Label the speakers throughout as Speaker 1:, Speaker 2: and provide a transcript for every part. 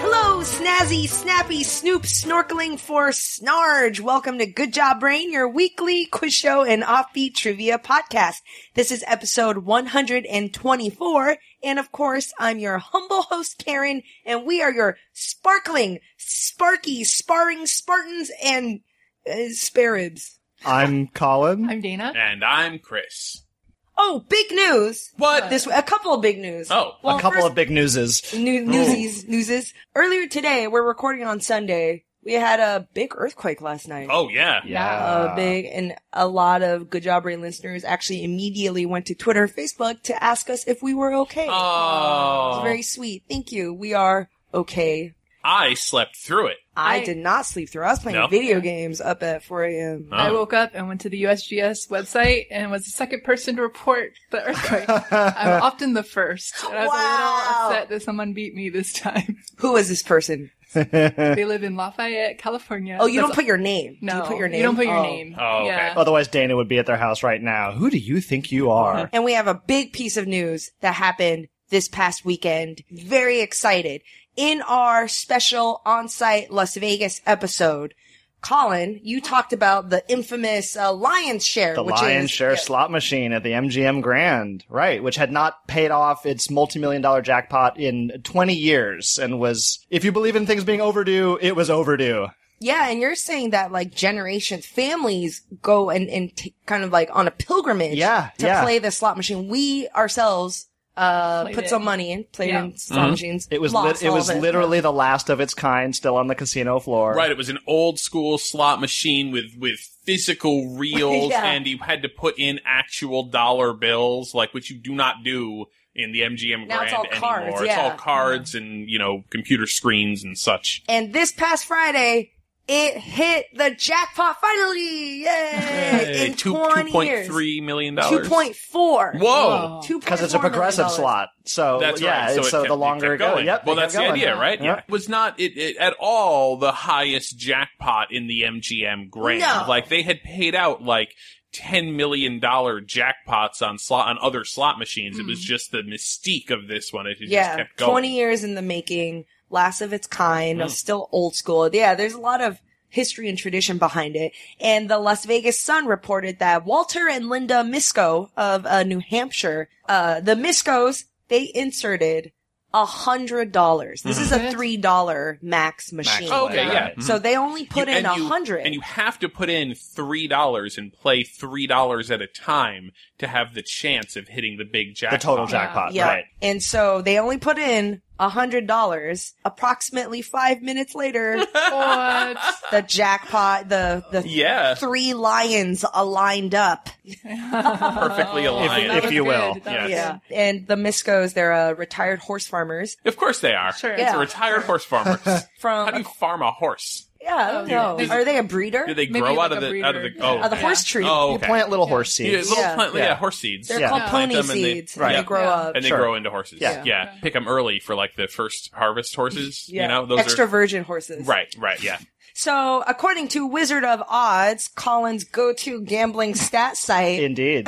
Speaker 1: Hello, snazzy, snappy, snoop, snorkeling for snarge. Welcome to Good Job Brain, your weekly quiz show and offbeat trivia podcast. This is episode 124. And of course, I'm your humble host, Karen, and we are your sparkling, sparky, sparring Spartans and uh, sparibs.
Speaker 2: I'm Colin.
Speaker 3: I'm Dana.
Speaker 4: And I'm Chris.
Speaker 1: Oh, big news.
Speaker 4: What?
Speaker 1: This, a couple of big news.
Speaker 4: Oh,
Speaker 2: a couple of big newses.
Speaker 1: New- newsies, newses. Earlier today, we're recording on Sunday. We had a big earthquake last night.
Speaker 4: oh yeah.
Speaker 1: uh, big and a lot of good job brain listeners actually immediately went to twitter facebook to ask us if we were okay
Speaker 4: Oh,
Speaker 1: it's very sweet thank you we are okay
Speaker 4: I slept through it.
Speaker 1: I,
Speaker 3: I-
Speaker 1: did not sleep through. I was playing
Speaker 4: No.
Speaker 1: video games up at 4 a.m.
Speaker 3: I
Speaker 4: Oh.
Speaker 3: woke up and went to the USGS website and was the second person to report the earthquake. I'm often the first. And I was
Speaker 1: Wow.
Speaker 3: a little upset that someone beat me this time.
Speaker 1: Who is this person?
Speaker 3: they live in Lafayette, California.
Speaker 1: Oh, you don't
Speaker 3: That's-
Speaker 1: put your name. Do
Speaker 3: no,
Speaker 1: you put your name.
Speaker 3: You don't put your
Speaker 1: Oh.
Speaker 3: name.
Speaker 4: Oh, okay.
Speaker 3: Yeah.
Speaker 2: Otherwise, Dana would be at their house right now. Who do you think you are?
Speaker 1: And we have a big piece of news that happened this past weekend. Very excited. In our special on-site Las Vegas episode, Colin, you talked about the infamous uh, lion's share,
Speaker 2: The
Speaker 1: which
Speaker 2: lion's
Speaker 1: is
Speaker 2: share slot machine at the MGM Grand, right, which had not paid off its multi-million dollar jackpot in 20 years and was, if you believe in things being overdue, it was overdue.
Speaker 1: yeah. And you're saying that like generations, families go and and t- kind of like on a pilgrimage,
Speaker 2: Yeah,
Speaker 1: to
Speaker 2: yeah.
Speaker 1: play the slot machine. We ourselves uh
Speaker 3: Played
Speaker 1: put
Speaker 3: it.
Speaker 1: some money in, played
Speaker 3: Yeah.
Speaker 1: in slot machines.
Speaker 2: Mm-hmm. It was,
Speaker 1: lost
Speaker 2: lit- it
Speaker 1: all
Speaker 2: was
Speaker 1: of
Speaker 2: literally the last of its kind still on the casino floor.
Speaker 4: Right, it was an old school slot machine with with physical reels,
Speaker 1: Yeah.
Speaker 4: and you had to put in actual dollar bills, like which you do not do in the MGM
Speaker 1: Now
Speaker 4: Grand
Speaker 1: it's all cards,
Speaker 4: anymore. It's
Speaker 1: yeah.
Speaker 4: all cards and you know computer screens and such.
Speaker 1: And this past Friday, it hit the jackpot finally! Yay! In
Speaker 4: two
Speaker 1: 20
Speaker 4: two point
Speaker 1: years.
Speaker 4: three million
Speaker 1: Two
Speaker 4: dollars.
Speaker 1: point four.
Speaker 4: Whoa.
Speaker 1: Two
Speaker 2: Because it's a progressive slot. So,
Speaker 4: That's
Speaker 2: Oh, yeah,
Speaker 4: right.
Speaker 2: it's- so,
Speaker 4: it kept-
Speaker 2: the
Speaker 4: it
Speaker 2: longer it
Speaker 4: kept
Speaker 2: goes.
Speaker 4: going.
Speaker 2: Yep,
Speaker 4: well,
Speaker 2: it kept
Speaker 4: that's the
Speaker 2: going.
Speaker 4: idea, right?
Speaker 2: Yep.
Speaker 4: Yeah. It was not it, it, at all the highest jackpot in the MGM Grand.
Speaker 1: No.
Speaker 4: Like they had paid out like ten million dollar jackpots on slot on other slot machines. It was just the mystique of this one. It, it just
Speaker 1: Hmm. Yeah,
Speaker 4: kept going. Mm.
Speaker 1: twenty years in the making, last of its kind, still old school. Yeah, there's a lot of history and tradition behind it. And the Las Vegas Sun reported that Walter and Linda Misko of uh, New Hampshire, uh, the Miskos, they inserted a hundred dollars. This is a
Speaker 3: Mhm.
Speaker 1: three dollar max machine.
Speaker 2: Oh,
Speaker 4: okay, yeah.
Speaker 2: Right.
Speaker 4: Mhm.
Speaker 1: So they only put
Speaker 4: You-
Speaker 1: in
Speaker 4: and
Speaker 1: a
Speaker 4: you-
Speaker 1: hundred.
Speaker 4: and you have to put in three dollars and play three dollars at a time to have the chance of hitting the big
Speaker 2: The
Speaker 4: jackpot.
Speaker 2: total jackpot,
Speaker 1: Yeah.
Speaker 2: right.
Speaker 1: And so they only put in a hundred dollars. Approximately five minutes later,
Speaker 3: What?
Speaker 1: the jackpot, the the
Speaker 4: Yeah,
Speaker 1: three lions aligned up.
Speaker 4: perfectly
Speaker 1: Oh.
Speaker 4: aligned.
Speaker 3: That
Speaker 2: if
Speaker 3: was
Speaker 2: you
Speaker 3: good.
Speaker 2: will.
Speaker 3: That
Speaker 4: Yes.
Speaker 3: was
Speaker 1: Yeah. And the Miscos, they're uh, retired horse farmers
Speaker 4: Of course they are.
Speaker 3: Sure.
Speaker 4: It's
Speaker 1: Yeah.
Speaker 4: a retired horse farmer. How
Speaker 1: from.
Speaker 4: do you farm a horse?
Speaker 1: yeah, I don't
Speaker 3: Oh, yeah.
Speaker 1: know. Are they a breeder?
Speaker 4: Do they
Speaker 3: Maybe
Speaker 4: grow out
Speaker 3: like
Speaker 4: of
Speaker 3: a
Speaker 4: the
Speaker 3: breeder.
Speaker 4: out of the
Speaker 3: Yeah.
Speaker 4: oh,
Speaker 1: Uh, the
Speaker 4: okay.
Speaker 1: horse tree.
Speaker 4: Oh,
Speaker 2: You
Speaker 4: okay.
Speaker 2: plant little
Speaker 3: Yeah.
Speaker 2: horse
Speaker 4: Yeah,
Speaker 2: seeds.
Speaker 4: little
Speaker 1: Yeah.
Speaker 4: plant, yeah.
Speaker 2: Yeah.
Speaker 4: horse seeds.
Speaker 1: They're
Speaker 2: Yeah.
Speaker 1: called
Speaker 4: Plant
Speaker 1: pony
Speaker 4: them and they-
Speaker 1: seeds.
Speaker 2: Right.
Speaker 1: And they grow
Speaker 3: Yeah.
Speaker 1: up.
Speaker 4: and they
Speaker 2: Sure.
Speaker 4: grow into horses.
Speaker 2: Yeah.
Speaker 4: Yeah. pick them early for like the first harvest horses.
Speaker 1: yeah.
Speaker 4: You know, those
Speaker 1: extra
Speaker 4: are
Speaker 1: virgin horses.
Speaker 4: right, right, yeah.
Speaker 1: So, according to Wizard of Odds, Colin's go-to gambling stat site,
Speaker 2: Indeed.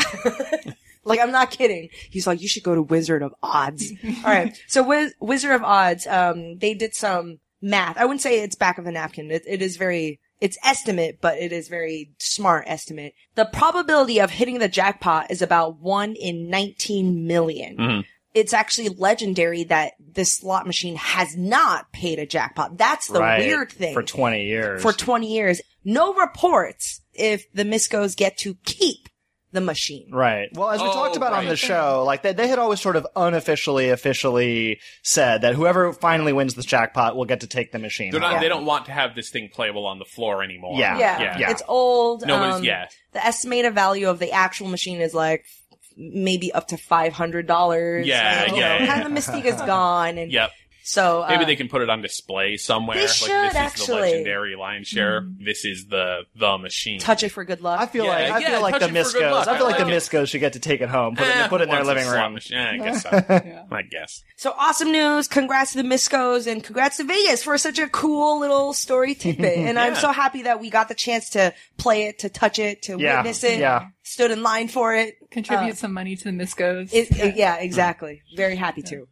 Speaker 1: Like, I'm not kidding. He's like, you should go to Wizard of Odds. All right. So Wiz- Wizard of Odds, um, they did some math. I wouldn't say it's back of the napkin. It, it is very, it's estimate, but it is very smart estimate. The probability of hitting the jackpot is about one in 19 million.
Speaker 2: Mm-hmm.
Speaker 4: Mhm.
Speaker 1: It's actually legendary that this slot machine has not paid a jackpot. That's the
Speaker 2: right.
Speaker 1: weird thing
Speaker 2: For 20 years.
Speaker 1: for 20 years. No reports if the Miscos get to keep the machine.
Speaker 2: Right. Well, as we
Speaker 4: Oh,
Speaker 2: talked about on
Speaker 4: right.
Speaker 2: the show, like they, they had always sort of unofficially, officially said that whoever finally wins this jackpot will get to take the machine.
Speaker 4: They're not.
Speaker 2: home.
Speaker 4: They don't want to have this thing playable on the floor anymore.
Speaker 2: Yeah.
Speaker 1: Yeah.
Speaker 4: yeah.
Speaker 2: Yeah.
Speaker 1: It's old.
Speaker 4: Nobody's.
Speaker 1: um,
Speaker 4: yeah,
Speaker 1: The estimated value of the actual machine is like f- maybe up to $500.
Speaker 4: Yeah,
Speaker 1: and, you
Speaker 4: yeah,
Speaker 1: know,
Speaker 4: yeah,
Speaker 1: Kind of the mystique is gone. And
Speaker 4: yep.
Speaker 1: So uh,
Speaker 4: Maybe they can put it on display somewhere.
Speaker 1: They should,
Speaker 4: like this
Speaker 1: actually.
Speaker 4: is the legendary lion share. This is the the machine.
Speaker 1: touch it for good luck.
Speaker 2: I feel
Speaker 4: Yeah,
Speaker 2: like I
Speaker 4: yeah,
Speaker 2: feel like the
Speaker 4: touch it for good
Speaker 2: Miscos.
Speaker 4: luck.
Speaker 2: I feel
Speaker 4: I
Speaker 2: like, the
Speaker 4: like it.
Speaker 2: Miscos should get to take it home, put it,
Speaker 4: Eh,
Speaker 2: put it in their
Speaker 4: once a
Speaker 2: living
Speaker 4: slot
Speaker 2: room.
Speaker 4: machine. Eh, I guess so.
Speaker 3: Yeah.
Speaker 4: I guess.
Speaker 1: So awesome news. Congrats to the Miscos and congrats to Vegas for such a cool little story tidbit. And I'm
Speaker 4: Yeah.
Speaker 1: so happy that we got the chance to play it, to touch it, to
Speaker 2: Yeah,
Speaker 1: witness it.
Speaker 2: yeah.
Speaker 1: Stood in line for it.
Speaker 3: Contribute some money to the Miscos.
Speaker 1: Uh, It, yeah. exactly. Very happy to.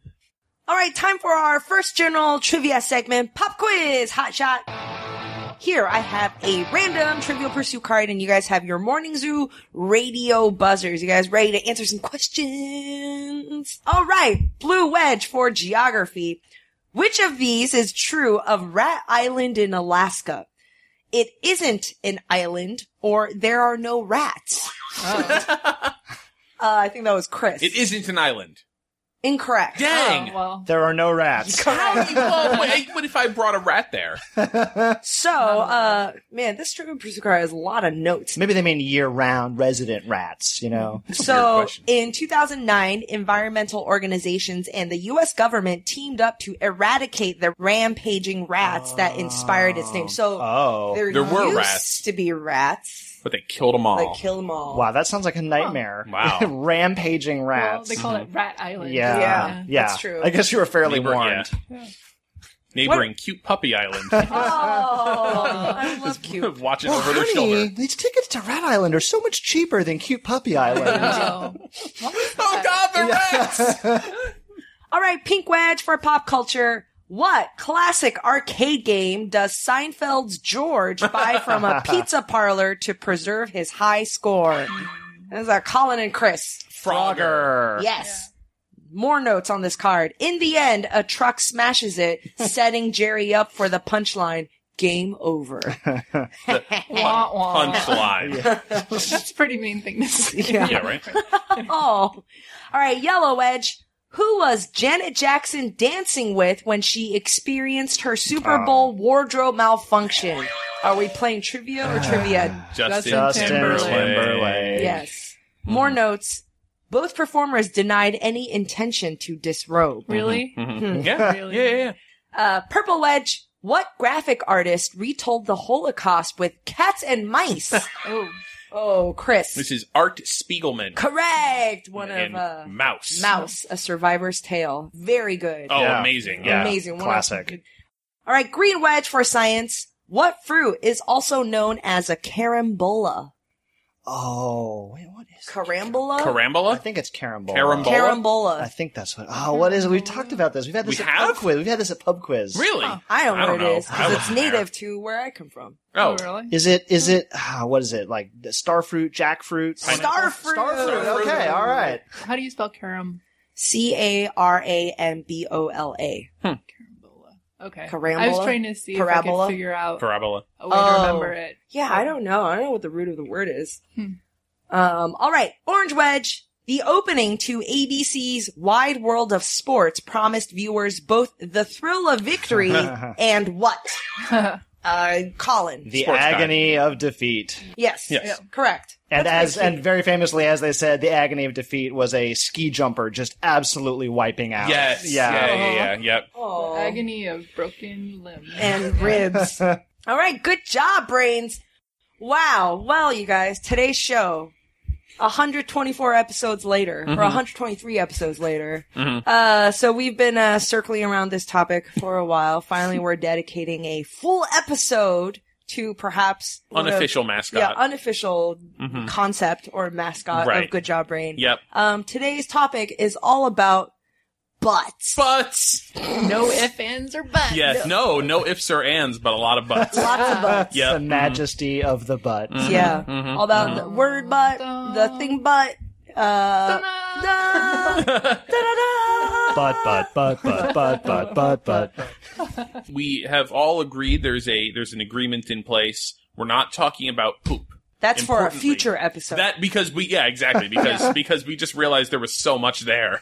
Speaker 1: All right, time for our first general trivia segment, pop quiz, hot shot. Here I have a random Trivial Pursuit card, and you guys have your Morning Zoo radio buzzers. You guys ready to answer some questions? All right, blue wedge for geography. Which of these is true of Rat Island in Alaska? It isn't an island, or there are no rats. Uh, I think that was Chris.
Speaker 4: It isn't an island.
Speaker 1: Incorrect.
Speaker 4: Dang.
Speaker 3: Oh, well,
Speaker 2: There are no rats.
Speaker 4: How do you- well, wait, what if I brought a rat there?
Speaker 1: So, uh, man, this Trip and Pursuit car has a lot of notes.
Speaker 2: Maybe they mean year-round resident rats. You know,
Speaker 1: So,
Speaker 4: question.
Speaker 1: in 2009, environmental organizations and the U.S. government teamed up to eradicate the rampaging rats that inspired its name. So,
Speaker 2: Oh.
Speaker 1: there,
Speaker 4: There were
Speaker 1: used
Speaker 4: rats. Oh.
Speaker 1: to be rats,
Speaker 4: But they killed them all.
Speaker 1: like kill them all.
Speaker 2: wow, that sounds like a nightmare.
Speaker 4: Wow.
Speaker 2: rampaging
Speaker 3: well,
Speaker 2: rats.
Speaker 3: they call it Rat Island.
Speaker 2: yeah.
Speaker 1: Yeah,
Speaker 2: yeah.
Speaker 3: That's true.
Speaker 2: I guess you were fairly
Speaker 4: Neighbor-
Speaker 2: warned.
Speaker 4: Neighboring cute puppy island.
Speaker 1: Oh, I love cute.
Speaker 4: Watching
Speaker 2: Well,
Speaker 4: over their shoulder.
Speaker 2: these tickets to Rat Island are so much cheaper than Cute Puppy Island.
Speaker 3: Oh. What was
Speaker 4: Oh
Speaker 3: that?
Speaker 4: god, the rats!
Speaker 1: All right, Pink Wedge for pop culture. What classic arcade game does Seinfeld's George buy from a pizza parlor to preserve his high score? Those are Colin and Chris.
Speaker 2: Frogger.
Speaker 1: Yes. More notes on this card. In the end, a truck smashes it, setting Jerry up for the punchline. Game over.
Speaker 3: Wah, wah.
Speaker 4: Punchline.
Speaker 3: That's a pretty mean thing to say.
Speaker 4: yeah, right?
Speaker 1: oh. All right, Yellow Edge. Who was Janet Jackson dancing with when she experienced her Super Bowl wardrobe malfunction? Are we playing trivia or trivia?
Speaker 4: Justin,
Speaker 2: Justin
Speaker 4: Timberlake.
Speaker 2: Timberlake.
Speaker 1: Yes. More notes. Both performers denied any intention to disrobe.
Speaker 3: Really?
Speaker 4: Mhm. Yeah,
Speaker 3: Really?
Speaker 4: yeah, yeah, yeah.
Speaker 1: Uh, Purple Wedge. What graphic artist retold the Holocaust with cats and mice?
Speaker 3: Oh,
Speaker 1: oh,
Speaker 4: This
Speaker 1: Chris.
Speaker 4: is Art Spiegelman
Speaker 1: Correct. One of
Speaker 4: and
Speaker 1: uh,
Speaker 4: Mouse.
Speaker 1: Mouse, A Survivor's Tale. Very good.
Speaker 4: Oh,
Speaker 2: Yeah.
Speaker 4: amazing.
Speaker 2: Yeah.
Speaker 4: Yeah.
Speaker 1: Amazing. One of-
Speaker 2: Classic.
Speaker 1: All right, Green Wedge for science. What fruit is also known as a carambola?
Speaker 2: Oh, wait, what is
Speaker 1: Carambola?
Speaker 2: I
Speaker 4: Carambola?
Speaker 2: think it's Carambola.
Speaker 4: Carambola.
Speaker 2: I
Speaker 1: Carambola.
Speaker 2: think that's what. Oh, what is it? We've talked about this. We've had this
Speaker 4: We
Speaker 2: at
Speaker 4: have?
Speaker 2: pub quiz. We've had this at pub quiz.
Speaker 4: Really?
Speaker 1: I don't know
Speaker 4: I
Speaker 1: what
Speaker 4: don't
Speaker 1: it
Speaker 4: know.
Speaker 1: is
Speaker 4: I
Speaker 1: because it's
Speaker 4: wasn't there.
Speaker 1: native to where I come from.
Speaker 4: Oh,
Speaker 3: really?
Speaker 2: Is it? Is it? ah, What is it? Like the starfruit, jackfruit,
Speaker 1: Starfruit.
Speaker 2: starfruit. Okay, all right.
Speaker 3: How do you spell caram?
Speaker 1: C A R A M B O L A.
Speaker 3: Carambola. Okay.
Speaker 1: Carambola?
Speaker 3: I was trying to see if I
Speaker 1: Parabola?
Speaker 3: could figure out
Speaker 4: Parabola.
Speaker 3: a way
Speaker 1: Oh.
Speaker 3: to remember it.
Speaker 1: Yeah, I don't know. I don't know what the root of the word is.
Speaker 3: Hmm.
Speaker 1: Um, all right, Orange Wedge. The opening to ABC's Wide World of Sports promised viewers both the thrill of victory and what? Uh, Colin.
Speaker 2: The
Speaker 4: Sports guy.
Speaker 2: agony of defeat,
Speaker 1: Yes.
Speaker 4: Yes. Yeah.
Speaker 1: Correct.
Speaker 2: and
Speaker 1: That's
Speaker 2: as
Speaker 1: pretty
Speaker 2: and very famously, as they said, the agony of defeat was a ski jumper just absolutely wiping out.
Speaker 4: Yes. Yeah,
Speaker 2: yeah.
Speaker 4: yeah, yeah, yep.
Speaker 1: cute. Aw.
Speaker 3: Agony of broken limbs.
Speaker 1: and ribs. All right, good job, brains. Wow. Well, you guys, today's show, 124 episodes later,
Speaker 4: Mm-hmm.
Speaker 1: or 123 episodes later. Uh, so we've been uh, circling around this topic for a while. Finally, we're dedicating a full episode to perhaps one of-
Speaker 4: Unofficial mascot. Mm-hmm.
Speaker 1: yeah, unofficial concept or mascot of
Speaker 4: Right.
Speaker 1: Good Job Brain.
Speaker 4: Yep.
Speaker 1: Um, today's topic is all about butts.
Speaker 4: Butts.
Speaker 3: no ifs, ands, or buts.
Speaker 4: Yes. No, no ifs or ands, but a lot of butts.
Speaker 1: Lots of butts.
Speaker 4: Yeah.
Speaker 2: The majesty of the butt.
Speaker 4: Mm-hmm.
Speaker 1: Yeah. All that the word butt, the thing butt, uh, da, da-da-da.
Speaker 2: Butt, butt, butt, butt, butt, butt, butt, butt.
Speaker 4: we have all agreed there's a there's an agreement in place. We're not talking about poop.
Speaker 1: That's for a
Speaker 4: Importantly,
Speaker 1: future episode.
Speaker 4: That because we yeah, exactly, because because we just realized there was so much there.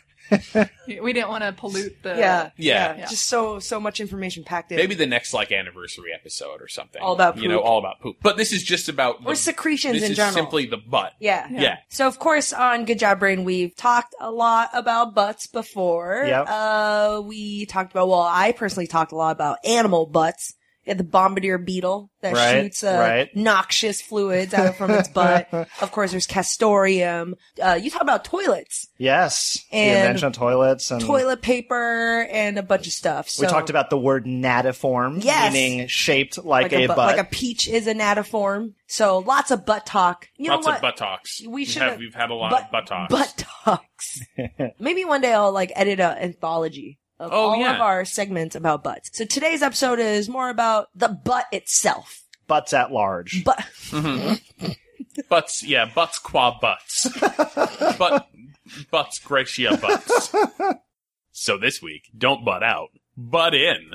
Speaker 3: We didn't want to pollute the.
Speaker 1: yeah,
Speaker 4: uh, Yeah.
Speaker 3: Yeah.
Speaker 1: Just so so much information packed in.
Speaker 4: Maybe the next like anniversary episode or something.
Speaker 1: All about
Speaker 4: you know,
Speaker 1: poop.
Speaker 4: all about poop. But this is just about
Speaker 1: or
Speaker 4: the-
Speaker 1: secretions
Speaker 4: this
Speaker 1: in
Speaker 4: is
Speaker 1: general.
Speaker 4: simply the butt.
Speaker 1: yeah.
Speaker 4: Yeah.
Speaker 1: So of course on Good Job Brain we've talked a lot about butts before.
Speaker 2: Yep.
Speaker 1: Uh, we talked about well, I personally talked a lot about animal butts. We had the bombardier beetle that
Speaker 2: Right,
Speaker 1: shoots uh,
Speaker 2: right.
Speaker 1: noxious fluids out from its butt. Of course, there's castorium. Uh, you talk about toilets,
Speaker 2: Yes.
Speaker 1: And
Speaker 2: the invention of toilets and
Speaker 1: toilet paper, and a bunch of stuff. So
Speaker 2: Mm. we talked about the word natiform,
Speaker 1: Yes.
Speaker 2: meaning shaped like,
Speaker 1: a,
Speaker 2: a,
Speaker 1: bu- like
Speaker 2: butt.
Speaker 1: a peach is anatiform. So lots of butt talk. You
Speaker 4: Lots
Speaker 1: know
Speaker 4: of
Speaker 1: what?
Speaker 4: butt talks.
Speaker 1: We
Speaker 4: We've
Speaker 1: should
Speaker 4: had-
Speaker 1: have-
Speaker 4: we've had a lot of butt talks.
Speaker 1: Butt talks. Maybe one day I'll like edit an anthology of
Speaker 4: Oh,
Speaker 1: all
Speaker 4: yeah.
Speaker 1: of our segments about butts. So today's episode is more about the butt itself.
Speaker 2: Butts at large.
Speaker 1: But
Speaker 4: Butts, yeah, butts qua butts. but butts gratia butts. So this week, don't butt out, butt in.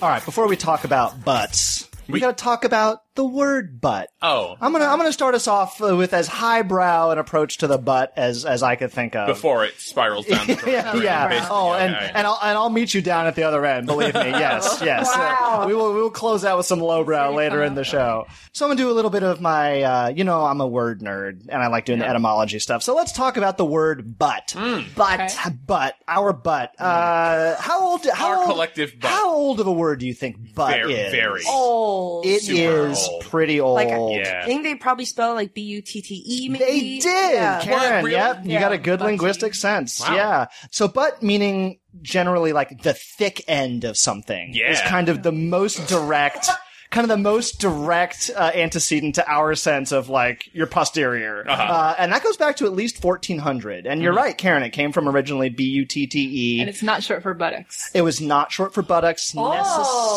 Speaker 2: All right, before we talk about butts, we,
Speaker 4: We-
Speaker 2: got to talk about the word butt.
Speaker 4: Oh,
Speaker 2: I'm gonna I'm gonna start us off uh, with as highbrow an approach to the butt as as I could think of.
Speaker 4: before it spirals down. The
Speaker 2: yeah,
Speaker 4: drain,
Speaker 2: yeah.
Speaker 4: basically.
Speaker 2: Oh, and,
Speaker 4: Okay.
Speaker 2: and I'll and I'll meet you down at the other end. Believe me. Yes, yes. Uh, we will we will close out with some lowbrow later in the show. So I'm gonna do a little bit of my. Uh, you know, I'm a word nerd and I like doing the etymology stuff. So let's talk about the word butt.
Speaker 4: Hmm.
Speaker 1: but
Speaker 3: Okay.
Speaker 2: Butt. Our butt. Uh, how old? How
Speaker 4: Our
Speaker 2: old-
Speaker 4: collective butt.
Speaker 2: How old of a word do you think butt
Speaker 4: Very-
Speaker 2: is?
Speaker 4: very.
Speaker 1: old.
Speaker 2: It is
Speaker 4: Super old.
Speaker 2: pretty old.
Speaker 1: Like a- I
Speaker 4: yeah.
Speaker 1: think oh, they probably spell it like B U T T E. Maybe
Speaker 2: They did,
Speaker 1: Yeah.
Speaker 2: Karen.
Speaker 4: What, really?
Speaker 2: Yep, you
Speaker 1: Yeah,
Speaker 2: got a good
Speaker 1: butty.
Speaker 2: linguistic sense.
Speaker 4: Wow.
Speaker 2: Yeah. So butt meaning generally like the thick end of something
Speaker 4: Yeah.
Speaker 2: is kind of the most direct. Kind of the most direct uh, antecedent to our sense of like your posterior, uh
Speaker 4: Uh-huh. Mm-hmm.
Speaker 2: and that goes back to at least 1400. And you're right, Karen. It came from originally B U T T
Speaker 3: And
Speaker 2: E.
Speaker 3: it's not short for buttocks.
Speaker 2: It was not short for buttocks
Speaker 1: Oh.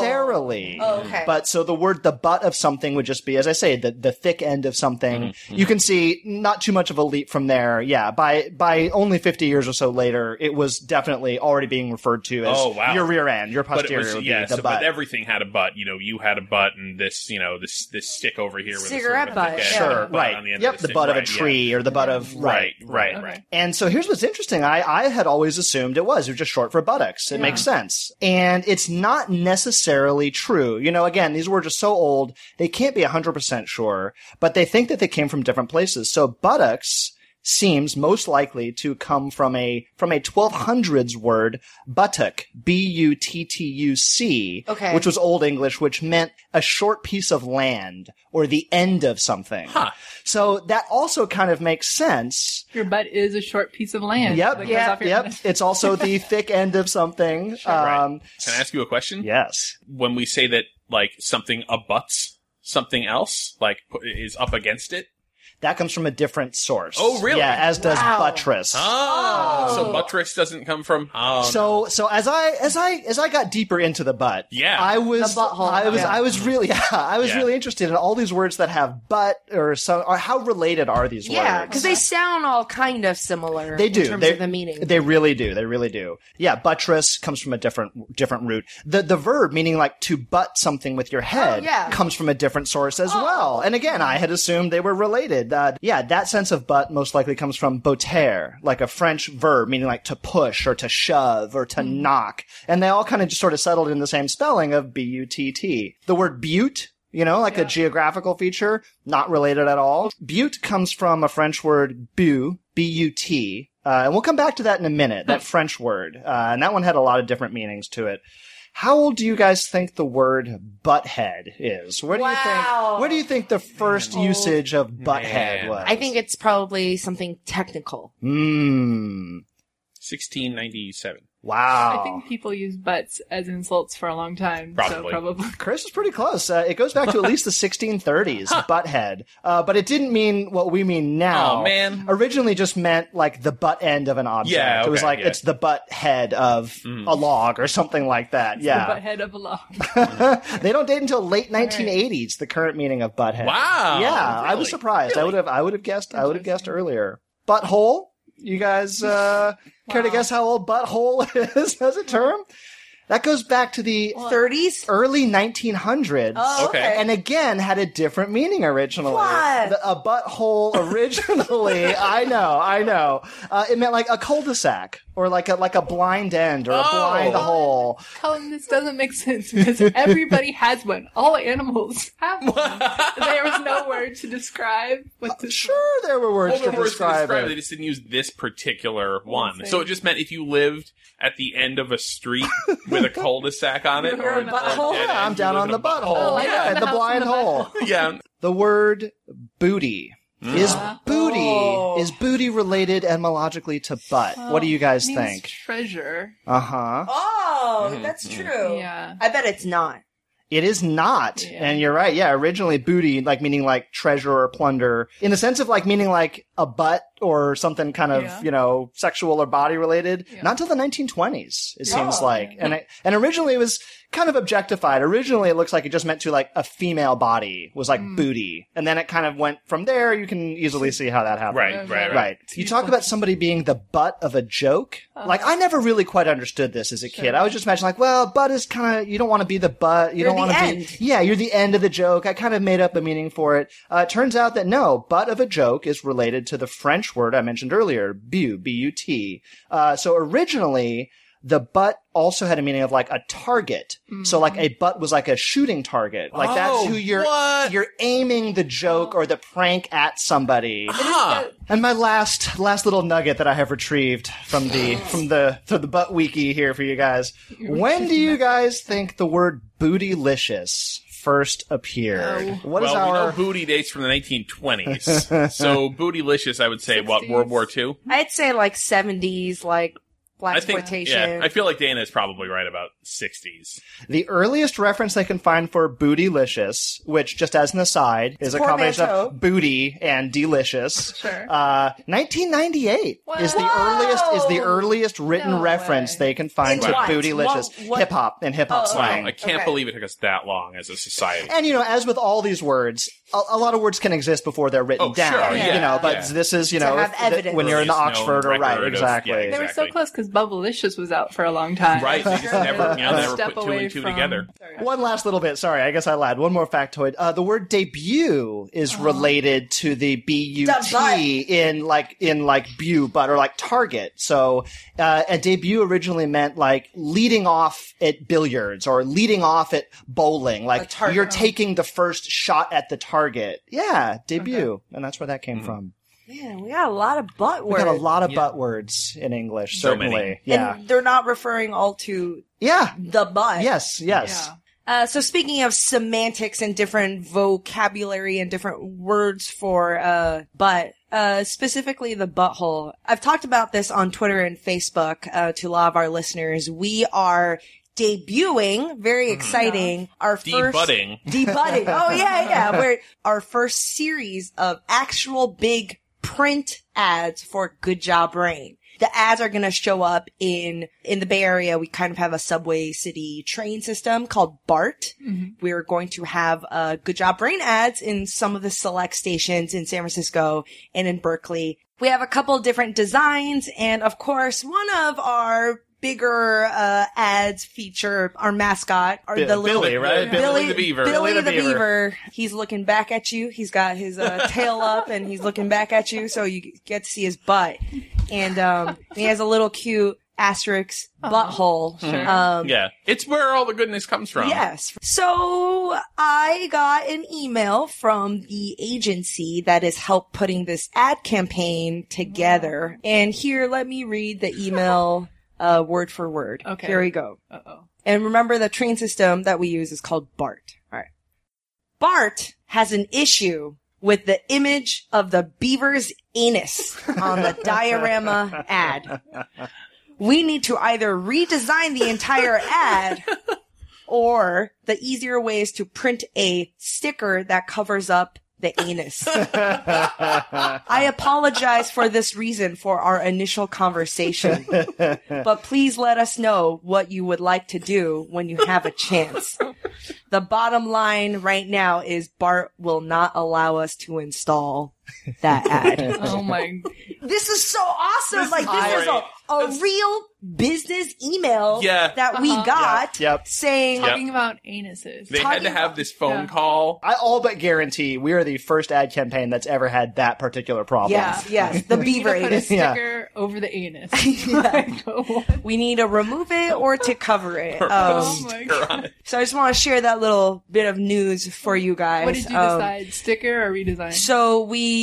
Speaker 2: necessarily.
Speaker 1: Oh, okay.
Speaker 2: But so the word the butt of something would just be, as I say, the, the thick end of something.
Speaker 4: Mm-hmm,
Speaker 2: You can see not too much of a leap from there. Yeah. By, by only 50 years or so later, it was definitely already being referred to as
Speaker 4: Oh, wow.
Speaker 2: your rear end, your
Speaker 4: But it
Speaker 2: posterior,
Speaker 4: was
Speaker 2: would be
Speaker 4: yeah.
Speaker 2: the
Speaker 4: So,
Speaker 2: butt.
Speaker 4: but everything had a butt. You know, you had a butt, and this, you know, this this stick over here with
Speaker 1: Cigarette
Speaker 4: a
Speaker 1: butt,
Speaker 4: cigarette
Speaker 1: yeah.
Speaker 2: sure. Right.
Speaker 4: On the end
Speaker 2: yep.
Speaker 4: of
Speaker 2: The
Speaker 4: stick,
Speaker 2: butt of a
Speaker 4: right, yeah.
Speaker 2: tree or the butt of,
Speaker 4: Right, right,
Speaker 3: Okay.
Speaker 4: right.
Speaker 2: And so here's what's interesting. I, I had always assumed it was. It was just short for buttocks. It makes sense. And it's not necessarily true. You know, again, these words are so old, they can't be 100% sure, but they think that they came from different places. So buttocks seems most likely to come from a, from a 1200s word, buttock, B-U-T-T-U-C,
Speaker 1: Okay.
Speaker 2: which was Old English, which meant a short piece of land or the end of something. So that also kind of makes sense.
Speaker 3: Your butt is a short piece of land.
Speaker 2: Yep,
Speaker 3: that goes
Speaker 2: yep,
Speaker 3: off your-
Speaker 2: yep. It's also the thick end of something.
Speaker 4: Right.
Speaker 2: um,
Speaker 4: Can I ask you a question?
Speaker 2: Yes.
Speaker 4: When we say that, like something abuts something else, like pu- is up against it.
Speaker 2: That comes from a different source.
Speaker 4: Oh, really?
Speaker 2: Yeah, as does
Speaker 1: Wow.
Speaker 2: buttress.
Speaker 4: Oh, so buttress doesn't come from. Oh,
Speaker 2: So, so as I as I as I got deeper into the butt,
Speaker 4: Yeah.
Speaker 2: I was
Speaker 1: The butthole,
Speaker 2: I was
Speaker 1: yeah.
Speaker 2: I was really yeah, I was
Speaker 4: Yeah.
Speaker 2: really interested in all these words that have butt or some or how related are these
Speaker 1: Yeah,
Speaker 2: words?
Speaker 1: because they sound all kind of similar.
Speaker 2: They do.
Speaker 1: in terms
Speaker 2: they,
Speaker 1: of the meaning.
Speaker 2: They really do. They really do. Yeah, buttress comes from a different different root. The the verb meaning like to butt something with your head
Speaker 1: Oh, yeah. Oh.
Speaker 2: comes from a different source as well. And again, I had assumed they were related. Uh, yeah, that sense of butt most likely comes from botter, like a French verb meaning like to push or to shove or to
Speaker 1: Mm-hmm.
Speaker 2: knock. And they all kind of just sort of settled in the same spelling of b u t t. The word butte you know, like a geographical feature, not related at all. Butte comes from a French word bu, B-U-T. Uh, and we'll come back to that in a minute, that French word. Uh, and that one had a lot of different meanings to it. How old do you guys think the word butthead is? Where do you
Speaker 1: Wow.
Speaker 2: think, where do you think the first usage of butthead
Speaker 4: Man.
Speaker 2: was?
Speaker 1: I think it's probably something technical.
Speaker 2: Mmm.
Speaker 4: 1697.
Speaker 2: Hmm. Wow.
Speaker 3: I
Speaker 2: Ah.
Speaker 3: think people use butts as insults for a long time. So
Speaker 4: Probably.
Speaker 3: probably.
Speaker 2: Chris is pretty close. Uh, it goes back to at least the 1630s, butthead. Uh, but it didn't mean what we mean now.
Speaker 4: Aw, Oh, man.
Speaker 2: Originally just meant like the butt end of an object.
Speaker 4: Yeah,
Speaker 2: it was
Speaker 4: okay,
Speaker 2: like
Speaker 4: yeah. Mm.
Speaker 2: it's the butt head of a log or something like that.
Speaker 3: The butt
Speaker 2: yeah.
Speaker 3: head of a log.
Speaker 2: they don't date until late 1980s, the current meaning of butthead.
Speaker 4: Wow.
Speaker 2: Yeah, I was
Speaker 4: Really?
Speaker 2: surprised. I would have I would have guessed I would have guessed earlier. Butthole? You guys uh, care to
Speaker 3: Wow.
Speaker 2: guess how old butthole is as a term? That goes back to the
Speaker 1: 30s?
Speaker 2: early 1900s.
Speaker 1: Oh,
Speaker 4: Okay.
Speaker 1: okay.
Speaker 2: And again, had a different meaning originally.
Speaker 1: What?
Speaker 2: The- a butthole originally. I know, I know. Uh, it meant like a cul-de-sac, or like a like a blind end, or a
Speaker 4: Oh.
Speaker 2: blind hole.
Speaker 3: Colin, this doesn't make sense because everybody has one. All animals have one. there was no word to describe what this
Speaker 2: Sure, there were words,
Speaker 4: All the
Speaker 2: to,
Speaker 4: words
Speaker 2: describe
Speaker 4: to describe it. They
Speaker 2: it.
Speaker 4: just didn't use this particular one.
Speaker 3: thing.
Speaker 4: So it just meant if you lived at the end of a street with a cul-de-sac on it,
Speaker 3: You're
Speaker 4: or
Speaker 3: a
Speaker 4: an-
Speaker 3: butthole?
Speaker 4: or an dead
Speaker 2: Yeah,
Speaker 4: end,
Speaker 2: I'm
Speaker 4: you
Speaker 2: down
Speaker 4: live
Speaker 2: on
Speaker 4: in
Speaker 2: the
Speaker 4: a
Speaker 2: butthole.
Speaker 3: Oh, I
Speaker 2: yeah,
Speaker 3: got the
Speaker 2: the
Speaker 3: house
Speaker 2: blind
Speaker 3: in the
Speaker 2: hole.
Speaker 4: Yeah.
Speaker 2: The word booty
Speaker 4: Uh-huh.
Speaker 2: is booty
Speaker 3: Oh.
Speaker 2: is booty related etymologically to butt. what do you guys
Speaker 3: means
Speaker 2: think?
Speaker 3: Treasure.
Speaker 2: Uh huh.
Speaker 1: Oh,
Speaker 4: Mm-hmm.
Speaker 1: that's true.
Speaker 3: Yeah.
Speaker 1: I bet it's not.
Speaker 2: It is not.
Speaker 3: Yeah.
Speaker 2: And you're right. Yeah. Originally, booty, like meaning like treasure or plunder, in the sense of like meaning like a butt or something kind of,
Speaker 3: Yeah.
Speaker 2: you know, sexual or body related,
Speaker 3: Yeah.
Speaker 2: not till the 1920s, it seems
Speaker 1: Oh.
Speaker 2: like. And it, and originally it was kind of objectified. Originally, it looks like it just meant to like a female body was like
Speaker 3: Mm.
Speaker 2: booty. And then it kind of went from there. You can easily see how that happened.
Speaker 4: Right, right, right.
Speaker 2: Right. You talk about somebody being the butt of a joke.
Speaker 4: Uh-huh.
Speaker 2: Like I never really quite understood this as a kid. I was just imagining like, well, butt is kind of you don't want to be the butt. You
Speaker 1: You're
Speaker 2: don't want
Speaker 1: the
Speaker 2: to be.
Speaker 1: end.
Speaker 2: Yeah, you're the end of the joke. I kind of made up a meaning for it. Uh, it turns out that no, butt of a joke is related to the French word I mentioned earlier, bu, b u t. Uh, so originally. The butt also had a meaning of like a target. So like a butt was like a shooting target. Like that's
Speaker 4: Mm-hmm. Oh,
Speaker 2: who you're
Speaker 4: what?
Speaker 2: you're aiming the joke or the prank at somebody.
Speaker 4: Huh.
Speaker 2: And my last last little nugget that I have retrieved from the from the from the butt wiki here for you guys. When do you guys think the word bootylicious first appeared? What is
Speaker 4: well, we
Speaker 2: our
Speaker 4: know booty dates from the 1920s. so bootylicious, I would say, what
Speaker 3: 60s?
Speaker 4: World War II?
Speaker 1: I'd say like 70s, like black
Speaker 4: I think.
Speaker 1: exploitation.
Speaker 4: Yeah, I feel like Dana is probably right about 60s.
Speaker 2: the earliest reference they can find for bootylicious, which just as an aside is a
Speaker 1: poor
Speaker 2: combination
Speaker 1: man's hoe.
Speaker 2: of booty and delicious.
Speaker 3: Sure.
Speaker 2: Uh, 1998 is the
Speaker 1: Wow.
Speaker 2: earliest is the earliest written
Speaker 3: No
Speaker 2: reference
Speaker 3: way.
Speaker 2: they can find
Speaker 1: In
Speaker 2: to
Speaker 1: what? What-
Speaker 2: bootylicious
Speaker 1: what-
Speaker 2: hip hop and hip hop
Speaker 1: Oh,
Speaker 4: Wow,
Speaker 2: slang.
Speaker 4: I can't
Speaker 1: Okay.
Speaker 4: believe it took us that long as a society.
Speaker 2: And you know, as with all these words, a, a lot of words can exist before they're written
Speaker 4: Oh,
Speaker 2: down.
Speaker 4: sure,
Speaker 2: You
Speaker 4: yeah,
Speaker 2: know, but
Speaker 4: yeah.
Speaker 2: this is you know
Speaker 1: have
Speaker 2: if the-
Speaker 1: evidence.
Speaker 2: when you're in
Speaker 4: Earliest known
Speaker 2: Oxford or right,
Speaker 4: record of-
Speaker 2: exactly.
Speaker 3: They
Speaker 4: yeah,
Speaker 3: were so
Speaker 4: Exactly.
Speaker 3: close because Bubblicious was out for a long time.
Speaker 4: Right, they just never, yeah, never
Speaker 3: Step
Speaker 4: put two
Speaker 3: away
Speaker 4: and two
Speaker 3: from-
Speaker 4: together.
Speaker 2: One last little bit. Sorry, I guess I lied. One more factoid. Uh, the word debut is related to
Speaker 1: Uh-huh.
Speaker 2: the
Speaker 1: The butt.
Speaker 2: B-U-T in like in like bu but or like target. So uh, a debut originally meant like leading off at billiards or leading off at bowling. Like
Speaker 1: target.
Speaker 2: you're taking the first shot at the target. Yeah, debut, and that's where that came
Speaker 4: Hmm.
Speaker 2: from.
Speaker 1: Man, we got a lot of butt
Speaker 2: We
Speaker 1: work.
Speaker 2: got a lot of butt words in English,
Speaker 4: So
Speaker 2: certainly.
Speaker 4: many.
Speaker 2: Yeah.
Speaker 1: And they're not referring all to
Speaker 2: yeah.
Speaker 1: the butt.
Speaker 2: Yes, yes.
Speaker 1: Uh, so speaking of semantics and different vocabulary and different words for uh, butt, uh, specifically the butthole. I've talked about this on Twitter and Facebook uh, to a lot of our listeners. We are debuting, very exciting, our first
Speaker 4: Mm. Debutting.
Speaker 1: debutting. Oh yeah, yeah. We're our first series of actual big print ads for Good Job Brain. The ads are going to show up in in the Bay Area. We kind of have a subway city train system called BART. We're going to have uh, Good Job Brain ads in some of the select stations in San Francisco and in Berkeley. We have a couple of different designs, and of course, one of our bigger uh, ads feature our mascot, our
Speaker 2: Bi-
Speaker 1: the little
Speaker 2: Billy, right?
Speaker 4: Billy the Beaver.
Speaker 1: Billy,
Speaker 2: Billy the
Speaker 1: the,
Speaker 2: Beaver.
Speaker 1: Beaver. He's looking back at you. He's got his uh, tail up and he's looking back at you, so you get to see his butt. And um, he has a little cute asterisk butthole.
Speaker 3: Sure.
Speaker 1: Um,
Speaker 4: Yeah, it's where all the goodness comes from.
Speaker 1: Yes. So I got an email from the agency that has helped putting this ad campaign together. And here, let me read the email uh, word for word.
Speaker 3: Okay.
Speaker 1: Here we go.
Speaker 3: Uh oh.
Speaker 1: And remember the train system that we use is called BART. All right. BART has an issue with the image of the beaver's anus on the diorama ad. we need to either redesign the entire ad or the easier way is to print a sticker that covers up the anus. I apologize for this reason for our initial conversation, but please let us know what you would like to do when you have a chance. The bottom line right now is Bart will not allow us to install that ad.
Speaker 3: Oh my!
Speaker 1: this is so awesome.
Speaker 4: This
Speaker 1: like
Speaker 4: is
Speaker 1: this is
Speaker 4: great.
Speaker 1: a, a
Speaker 4: This-
Speaker 1: real business email
Speaker 4: Yeah.
Speaker 1: that we
Speaker 3: Uh-huh.
Speaker 1: got
Speaker 2: Yep.
Speaker 1: saying
Speaker 4: Yep.
Speaker 3: Talking about anuses.
Speaker 4: They had to have this phone
Speaker 3: Yeah.
Speaker 4: call.
Speaker 2: I all but guarantee we are the first ad campaign that's ever had that particular problem.
Speaker 1: Yeah, yes, the
Speaker 3: We need to
Speaker 1: beaver
Speaker 3: put a
Speaker 1: anus.
Speaker 2: Yeah.
Speaker 3: sticker over the anus.
Speaker 1: Yeah.
Speaker 3: oh
Speaker 1: We need to remove it or to cover it. Um,
Speaker 3: my
Speaker 4: They're
Speaker 3: god!
Speaker 4: on it.
Speaker 1: so I just want to share that little bit of news for you guys.
Speaker 3: What did you
Speaker 1: Um,
Speaker 3: decide? Sticker or redesign?
Speaker 1: So we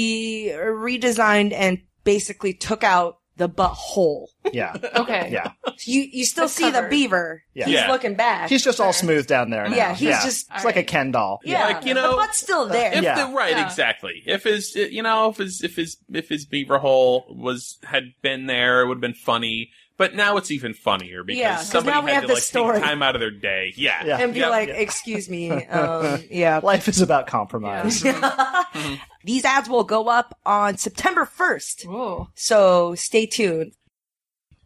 Speaker 1: redesigned and basically took out the butthole.
Speaker 2: Yeah.
Speaker 3: okay.
Speaker 2: Yeah.
Speaker 1: You you still
Speaker 3: The
Speaker 1: see the
Speaker 3: cover.
Speaker 1: beaver.
Speaker 2: Yeah.
Speaker 1: He's
Speaker 4: Yeah.
Speaker 1: looking back.
Speaker 2: He's just all smooth down there. now.
Speaker 1: Yeah, he's just-
Speaker 2: It's like a Ken doll.
Speaker 1: yeah,
Speaker 4: like, you
Speaker 1: the
Speaker 4: know, uh,
Speaker 1: butt's still there.
Speaker 4: If
Speaker 2: Yeah.
Speaker 4: the right,
Speaker 3: Yeah.
Speaker 4: exactly. If his, you know, if his, if his, if his beaver hole was had been there, it would have been funny. But now it's even funnier because
Speaker 1: Yeah, 'cause
Speaker 4: somebody
Speaker 1: now we
Speaker 4: had
Speaker 1: have
Speaker 4: to
Speaker 1: the
Speaker 4: like
Speaker 1: story.
Speaker 4: take time out of their day. Yeah,
Speaker 2: Yeah.
Speaker 1: and be
Speaker 4: Yep,
Speaker 1: like,
Speaker 4: yep.
Speaker 1: "Excuse me, um, yeah."
Speaker 2: Life is about compromise.
Speaker 4: Mm-hmm.
Speaker 1: These ads will go up on September first,
Speaker 3: Whoa.
Speaker 1: so stay tuned.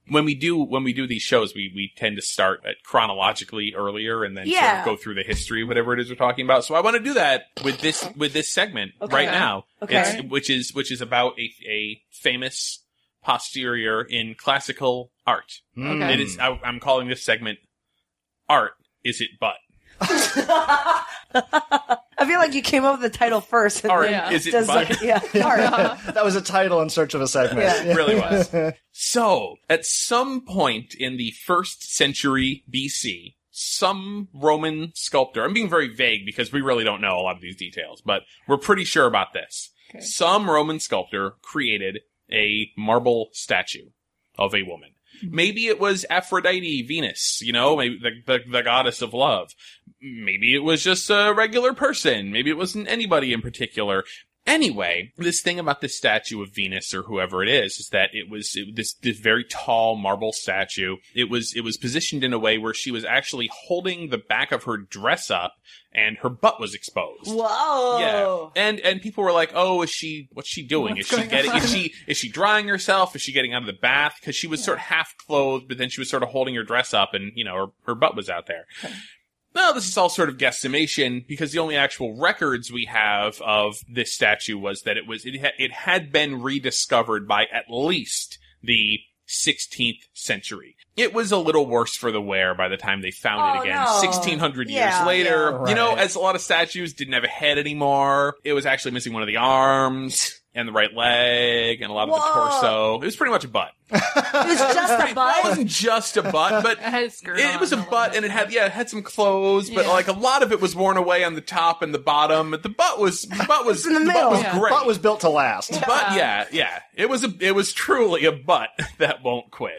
Speaker 4: when we do when we do these shows, we we tend to start at chronologically earlier and then
Speaker 1: Yeah.
Speaker 4: sort of go through the history, whatever it is we're talking about. So I want to do that with this with this segment
Speaker 1: Okay.
Speaker 4: right now,
Speaker 1: Okay.
Speaker 4: It's- which is which is about a, a famous posterior in classical art.
Speaker 2: Mm.
Speaker 3: Okay.
Speaker 4: It is. I, I'm calling this segment "Art." Is it butt?
Speaker 1: I feel like you came up with the title first. and
Speaker 4: Art
Speaker 1: then
Speaker 3: Yeah.
Speaker 4: is it
Speaker 1: does
Speaker 4: butt?
Speaker 1: like- yeah, art.
Speaker 2: that was a title in search of a segment.
Speaker 1: Yeah.
Speaker 4: It really was. So, at some point in the first century BC, some Roman sculptor, I'm being very vague because we really don't know a lot of these details, but we're pretty sure about this.
Speaker 3: Okay.
Speaker 4: Some Roman sculptor created a marble statue of a woman. Maybe it was Aphrodite, Venus, you know, maybe the, the, the goddess of love. Maybe it was just a regular person. Maybe it wasn't anybody in particular. Anyway, this thing about this statue of Venus or whoever it is is that it was it, this this very tall marble statue. It was it was positioned in a way where she was actually holding the back of her dress up and her butt was exposed.
Speaker 1: Whoa.
Speaker 4: Yeah, and and people were like, "Oh, is she? What's she doing?
Speaker 3: Oh. What's
Speaker 4: is she
Speaker 3: going
Speaker 4: getting?
Speaker 3: on?"
Speaker 4: Is she is she drying herself? Is she getting out of the bath? Because she was sort of half clothed, but then she was sort of holding her dress up, and you know her her butt was out there." No, this is all sort of guesstimation because the only actual records we have of this statue was that it was it ha- it had been rediscovered by at least the 16th century. It was a little worse for the wear by the time they found
Speaker 1: Oh,
Speaker 4: it again,
Speaker 1: no.
Speaker 4: 1600
Speaker 1: Yeah,
Speaker 4: years later.
Speaker 1: yeah.
Speaker 4: You know,
Speaker 2: Right.
Speaker 4: as a lot of statues didn't have a head anymore. It was actually missing one of the arms and the right leg and a lot of
Speaker 1: Whoa.
Speaker 4: the torso. It was pretty much a butt.
Speaker 1: It was just a
Speaker 4: It
Speaker 1: butt.
Speaker 4: wasn't just a butt,
Speaker 3: It
Speaker 4: but
Speaker 3: had a skirt
Speaker 4: it, it was a
Speaker 3: on little
Speaker 4: butt, and it had yeah, it had some clothes, but
Speaker 3: Yeah.
Speaker 4: like a lot of it was worn away on the top and the bottom. But the butt was the butt was
Speaker 1: in the middle.
Speaker 4: Butt was
Speaker 3: Yeah.
Speaker 4: great.
Speaker 2: Butt was built to last.
Speaker 4: But yeah, yeah, it was a it was truly a butt that won't quit.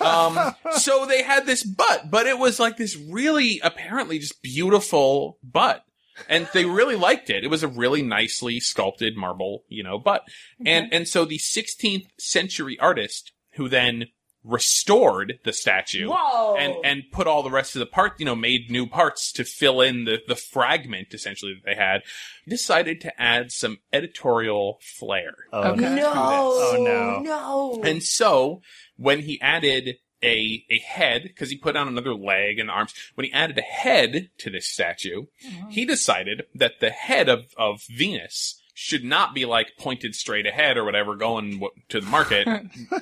Speaker 4: Um, so they had this butt, but it was like this really apparently just beautiful butt, and they really liked it. It was a really nicely sculpted marble, you know, butt, and and so the 16th century artist who then restored the statue
Speaker 1: Whoa.
Speaker 4: and and put all the rest of the part, you know, made new parts to fill in the the fragment essentially that they had. Decided to add some editorial flair.
Speaker 2: Oh,
Speaker 3: Okay.
Speaker 1: no.
Speaker 2: Oh, no.
Speaker 1: No.
Speaker 4: And so when he added a a head, because he put on another leg and arms, when he added a head to this statue,
Speaker 1: Mm-hmm.
Speaker 4: he decided that the head of of Venus should not be like pointed straight ahead or whatever going w- to the market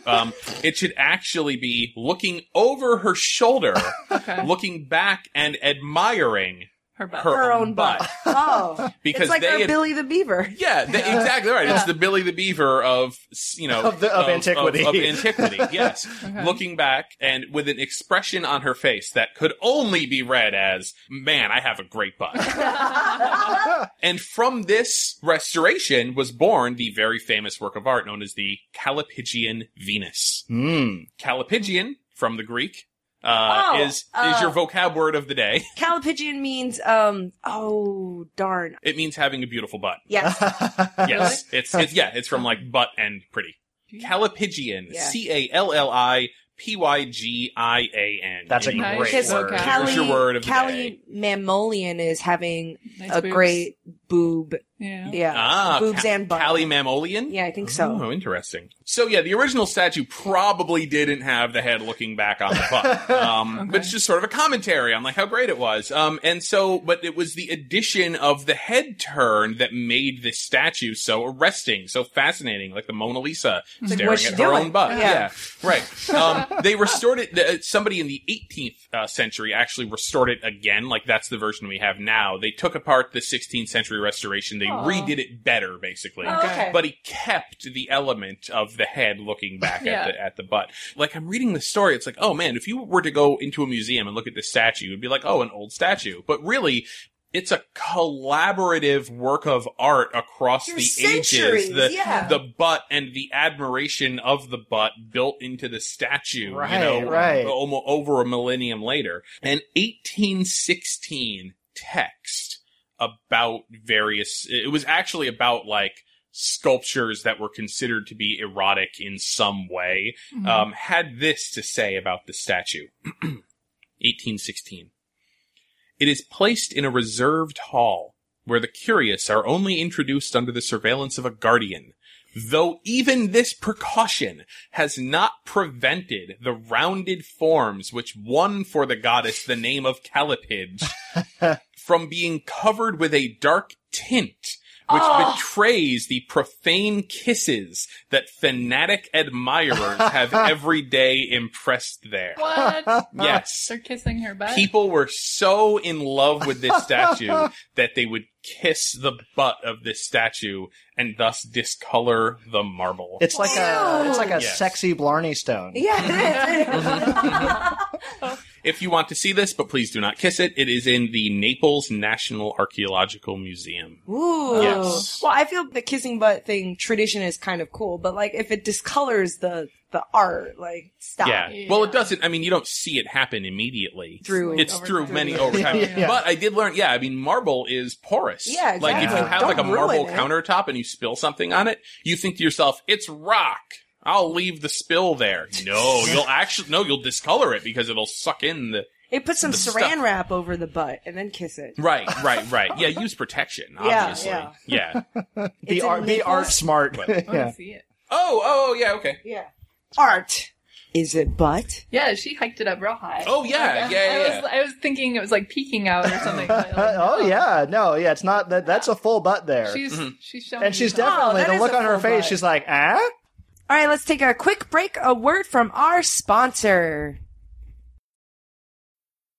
Speaker 4: um, it should actually be looking over her shoulder
Speaker 3: Okay.
Speaker 4: looking back and admiring
Speaker 3: Her butt.
Speaker 4: her,
Speaker 1: Her
Speaker 4: own,
Speaker 1: own
Speaker 4: butt,
Speaker 1: oh.
Speaker 4: because
Speaker 1: it's like
Speaker 4: they
Speaker 1: our
Speaker 4: had,
Speaker 1: Billy the Beaver.
Speaker 4: yeah, they, exactly right. It's the Billy the Beaver of you know
Speaker 2: Of the- of antiquity.
Speaker 4: of, antiquity. Yes, looking back and with an expression on her face that could only be read as "Man, I have a great butt." and from this restoration was born the very famous work of art known as the Calipigian Venus.
Speaker 2: Mm.
Speaker 4: Calipigian from the Greek. Uh,
Speaker 1: Oh,
Speaker 4: is is
Speaker 1: uh,
Speaker 4: your vocab word of the day?
Speaker 1: Calipigian means um oh darn.
Speaker 4: It means having a beautiful butt.
Speaker 1: Yes.
Speaker 2: Hmm.
Speaker 4: Yes, it's, it's yeah, it's from like butt and pretty. Calipigian,
Speaker 1: Yeah.
Speaker 4: C A L L I P Y G I A N.
Speaker 2: That's a
Speaker 4: Nice.
Speaker 2: great
Speaker 1: Because
Speaker 4: word.
Speaker 3: Okay.
Speaker 4: There's your word of the day.
Speaker 1: Callie Mammalian is having
Speaker 3: Nice
Speaker 1: a
Speaker 3: boobs.
Speaker 1: great boob.
Speaker 3: Yeah.
Speaker 1: Yeah.
Speaker 4: Ah,
Speaker 1: boobs
Speaker 4: ca-
Speaker 1: and butt.
Speaker 4: Callie Mammalian?
Speaker 1: yeah, I think so.
Speaker 4: Oh, interesting. So yeah, the original statue probably didn't have the head looking back on the butt, um,
Speaker 3: Okay.
Speaker 4: but it's just sort of a commentary on like how great it was. Um, and so, but it was the addition of the head turn that made this statue so arresting, so fascinating, like the Mona Lisa
Speaker 1: like,
Speaker 4: staring
Speaker 1: what's
Speaker 4: at
Speaker 1: she
Speaker 4: her
Speaker 1: doing?
Speaker 4: own butt.
Speaker 1: Yeah.
Speaker 4: Yeah, right. Um, they restored it. the- somebody in the 18th uh, century actually restored it again. Like that's the version we have now. They took apart the 16th century restoration. They
Speaker 3: Aw.
Speaker 4: redid it better, basically
Speaker 1: Oh, okay.
Speaker 4: but he kept the element of the head looking back
Speaker 3: Yeah.
Speaker 4: at the at the butt. Like I'm reading the story, it's like, oh man, if you were to go into a museum and look at this statue, it'd be like, oh, an old statue. But really, it's a collaborative work of art across
Speaker 1: Through
Speaker 4: the
Speaker 1: centuries,
Speaker 4: ages. The,
Speaker 1: yeah.
Speaker 4: the butt and the admiration of the butt built into the statue.
Speaker 2: Right,
Speaker 4: you know,
Speaker 2: right.
Speaker 4: Almost over a millennium later, an 1816 text about various it was actually about like sculptures that were considered to be erotic in some way
Speaker 2: Mm-hmm.
Speaker 3: Mhm.
Speaker 4: um, had this to say about the statue 1816 it is placed in a reserved hall where the curious are only introduced under the surveillance of a guardian though even this precaution has not prevented the rounded forms which won for the goddess the name of Calipige from being covered with a dark tint which
Speaker 3: Oh.
Speaker 4: betrays the profane kisses that fanatic admirers have every day impressed there.
Speaker 3: what?
Speaker 4: Yes.
Speaker 3: They're kissing her butt.
Speaker 4: People were so in love with this statue that they would kiss the butt of this statue and thus discolor the marble.
Speaker 2: It's like a it's like a
Speaker 4: Yes.
Speaker 2: sexy Blarney Stone.
Speaker 1: Yeah.
Speaker 4: If you want to see this, but please do not kiss it, it is in the Naples National Archaeological Museum.
Speaker 1: Ooh.
Speaker 4: Yes.
Speaker 1: Well, I feel the kissing butt thing tradition is kind of cool, but like if it discolors the the art, like stop.
Speaker 4: Yeah.
Speaker 3: Yeah.
Speaker 4: Well, it doesn't. I mean, you don't see it happen immediately.
Speaker 1: Through
Speaker 4: it's
Speaker 3: over-
Speaker 4: through
Speaker 3: through
Speaker 4: many
Speaker 3: the-
Speaker 4: over time.
Speaker 2: Yeah.
Speaker 4: But I did learn. Yeah, I mean, marble is porous.
Speaker 1: Yeah,
Speaker 4: Like if you
Speaker 2: exactly.
Speaker 4: have
Speaker 1: Don't
Speaker 4: like a
Speaker 1: ruin
Speaker 4: marble
Speaker 1: it.
Speaker 4: countertop and you spill something on it, you think to yourself, "It's rock." I'll leave the spill there. No, you'll actually no, you'll discolor it because it'll suck in the
Speaker 1: It puts some
Speaker 4: The
Speaker 1: saran
Speaker 4: stuff.
Speaker 1: wrap over the butt and then kiss it.
Speaker 4: right, right, right. Yeah, use protection.
Speaker 1: Yeah,
Speaker 4: Obviously,
Speaker 1: yeah.
Speaker 4: yeah. Oh,
Speaker 2: Be
Speaker 1: It's in
Speaker 2: art, be
Speaker 1: Naples.
Speaker 2: art smart.
Speaker 4: But-
Speaker 3: I want
Speaker 2: yeah.
Speaker 3: to see it.
Speaker 4: Oh, oh, yeah. Okay.
Speaker 1: Yeah. Art. Is it butt?
Speaker 3: Yeah, she hiked it up real high.
Speaker 4: Oh, yeah, yeah, yeah,
Speaker 3: I was, I was thinking it was like peeking out or something. but, like,
Speaker 2: oh
Speaker 3: no.
Speaker 2: yeah, no, yeah, it's not that. That's a full butt there,
Speaker 3: She's
Speaker 4: Mhm.
Speaker 3: she's showing
Speaker 2: and she's
Speaker 3: you something.
Speaker 2: definitely
Speaker 1: "Oh, that
Speaker 2: the
Speaker 1: is
Speaker 2: look
Speaker 1: a
Speaker 2: on her
Speaker 1: full
Speaker 2: face.
Speaker 1: butt.
Speaker 2: She's like, ah.
Speaker 1: All right, let's take a quick break. A word from our sponsor.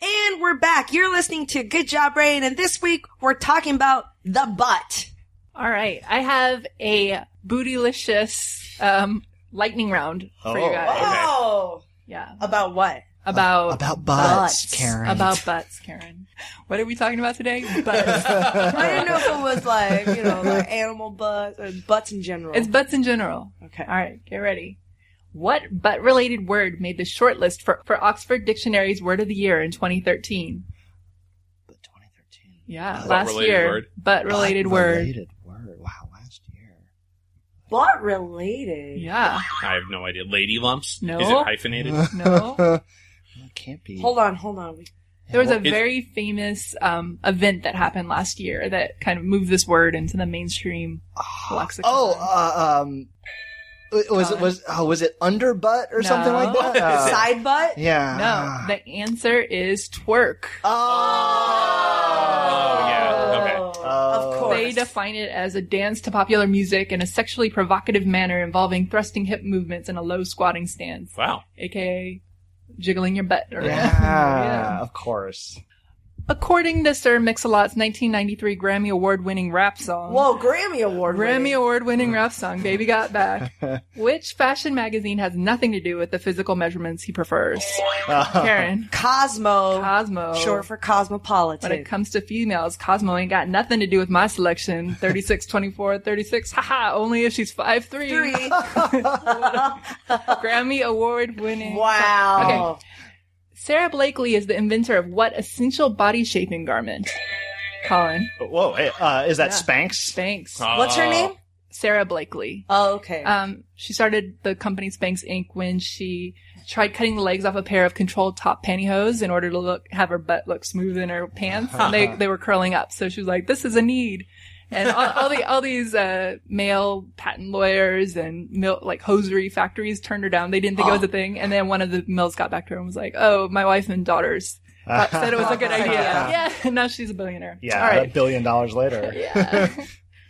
Speaker 1: And we're back. You're listening to Good Job Brain, and this week we're talking about the butt.
Speaker 3: All right, I have a bootylicious um, lightning round for
Speaker 2: Oh,
Speaker 3: you guys.
Speaker 4: okay.
Speaker 1: Oh,
Speaker 3: Yeah,
Speaker 1: about what?
Speaker 3: about
Speaker 2: About butts,
Speaker 1: Butts.
Speaker 2: Karen.
Speaker 3: about butts, Karen. What are we talking about today? Butts.
Speaker 1: I didn't know if it was like you know like animal butts or butts in general.
Speaker 3: it's butts in general.
Speaker 1: okay.
Speaker 3: All right, get ready. What butt-related word made the shortlist for, for Oxford Dictionary's Word of the Year in 2013?
Speaker 2: But 2013.
Speaker 3: Yeah,
Speaker 2: Butt
Speaker 3: last
Speaker 4: related
Speaker 3: year.
Speaker 4: word?
Speaker 3: Butt-related word.
Speaker 2: Related word. Wow, last year.
Speaker 1: Butt related.
Speaker 3: Yeah.
Speaker 4: I have no idea. Lady lumps.
Speaker 3: No.
Speaker 4: Is it hyphenated?
Speaker 3: No.
Speaker 2: Well, it can't be.
Speaker 1: Hold on, hold on.
Speaker 3: There was a
Speaker 4: It's-
Speaker 3: very famous um, event that happened last year that kind of moved this word into the mainstream lexicon.
Speaker 2: Oh, uh, um, was it was oh was it underbutt or something like
Speaker 3: No.
Speaker 2: that? Uh,
Speaker 1: Side butt?
Speaker 2: Yeah.
Speaker 3: No, the answer is twerk.
Speaker 2: Oh.
Speaker 4: Oh, yeah. Okay.
Speaker 1: Of course.
Speaker 3: They define it as a dance to popular music in a sexually provocative manner involving thrusting hip movements and a low squatting stance,
Speaker 4: Wow.
Speaker 3: aka jiggling your butt around.
Speaker 2: Yeah, of course.
Speaker 3: According to Sir Mix-a-Lot's 1993 Grammy Award-winning rap song.
Speaker 1: Whoa, Grammy Award.
Speaker 3: Grammy
Speaker 1: winning.
Speaker 3: Award winning rap song, Baby Got Back. Which fashion magazine has nothing to do with the physical measurements he prefers?
Speaker 2: Oh.
Speaker 3: Karen.
Speaker 1: Cosmo.
Speaker 3: Cosmo.
Speaker 1: Short for
Speaker 3: When it
Speaker 1: cosmopolitan.
Speaker 3: comes to females, Cosmo ain't got nothing to do with my selection. 36, 24, 36. Haha, only if she's 5'3.
Speaker 1: Three.
Speaker 3: Grammy Award winning.
Speaker 1: wow.
Speaker 3: Sarah Blakely is the inventor of what essential body shaping garment? Colin.
Speaker 2: Whoa, hey, uh, is that Spanx?
Speaker 3: Spanx.
Speaker 1: What's her
Speaker 4: Oh.
Speaker 1: name?
Speaker 3: Sarah Blakely.
Speaker 1: Oh, okay.
Speaker 4: uh,
Speaker 3: Um, she started the company Spanx Inc. when she tried cutting the legs off a pair of controlled top pantyhose in order to look have her butt look smooth in her pants. And they they were curling up, so she was like, "This is a need." And all, all the all these uh, male patent lawyers and mil- like hosiery factories turned her down. They didn't think it was a thing. And then one of the mills got back to her and was like, "Oh, my wife and daughters thought, said it was a good idea." yeah, and now she's a billionaire.
Speaker 2: Yeah,
Speaker 3: all
Speaker 2: a
Speaker 3: right.
Speaker 2: billion dollars later.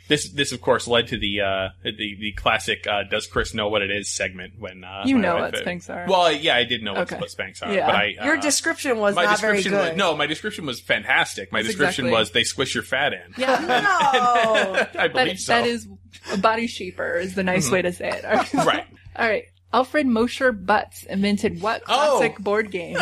Speaker 4: This, this of course led to the uh, the the classic uh, "Does Chris know what it is?" segment when uh,
Speaker 3: You
Speaker 4: my
Speaker 3: know
Speaker 4: wife-
Speaker 3: what Spanx are.
Speaker 4: Well, yeah, I did know what,
Speaker 3: Okay.
Speaker 4: what Spanx are,
Speaker 3: Yeah.
Speaker 4: but I uh,
Speaker 1: Your description was
Speaker 4: my
Speaker 1: not very
Speaker 4: description
Speaker 1: good.
Speaker 4: was no, my description was fantastic. My
Speaker 3: That's
Speaker 4: description
Speaker 3: exactly-
Speaker 4: was they squish your fat in.
Speaker 3: yeah,
Speaker 1: No.
Speaker 4: I believe
Speaker 3: that,
Speaker 4: so.
Speaker 3: that is a body shaper is the nice way to say it. All Mm-hmm. right.
Speaker 4: right.
Speaker 3: All right. Alfred Mosher Butts invented what
Speaker 4: Oh.
Speaker 3: classic board game?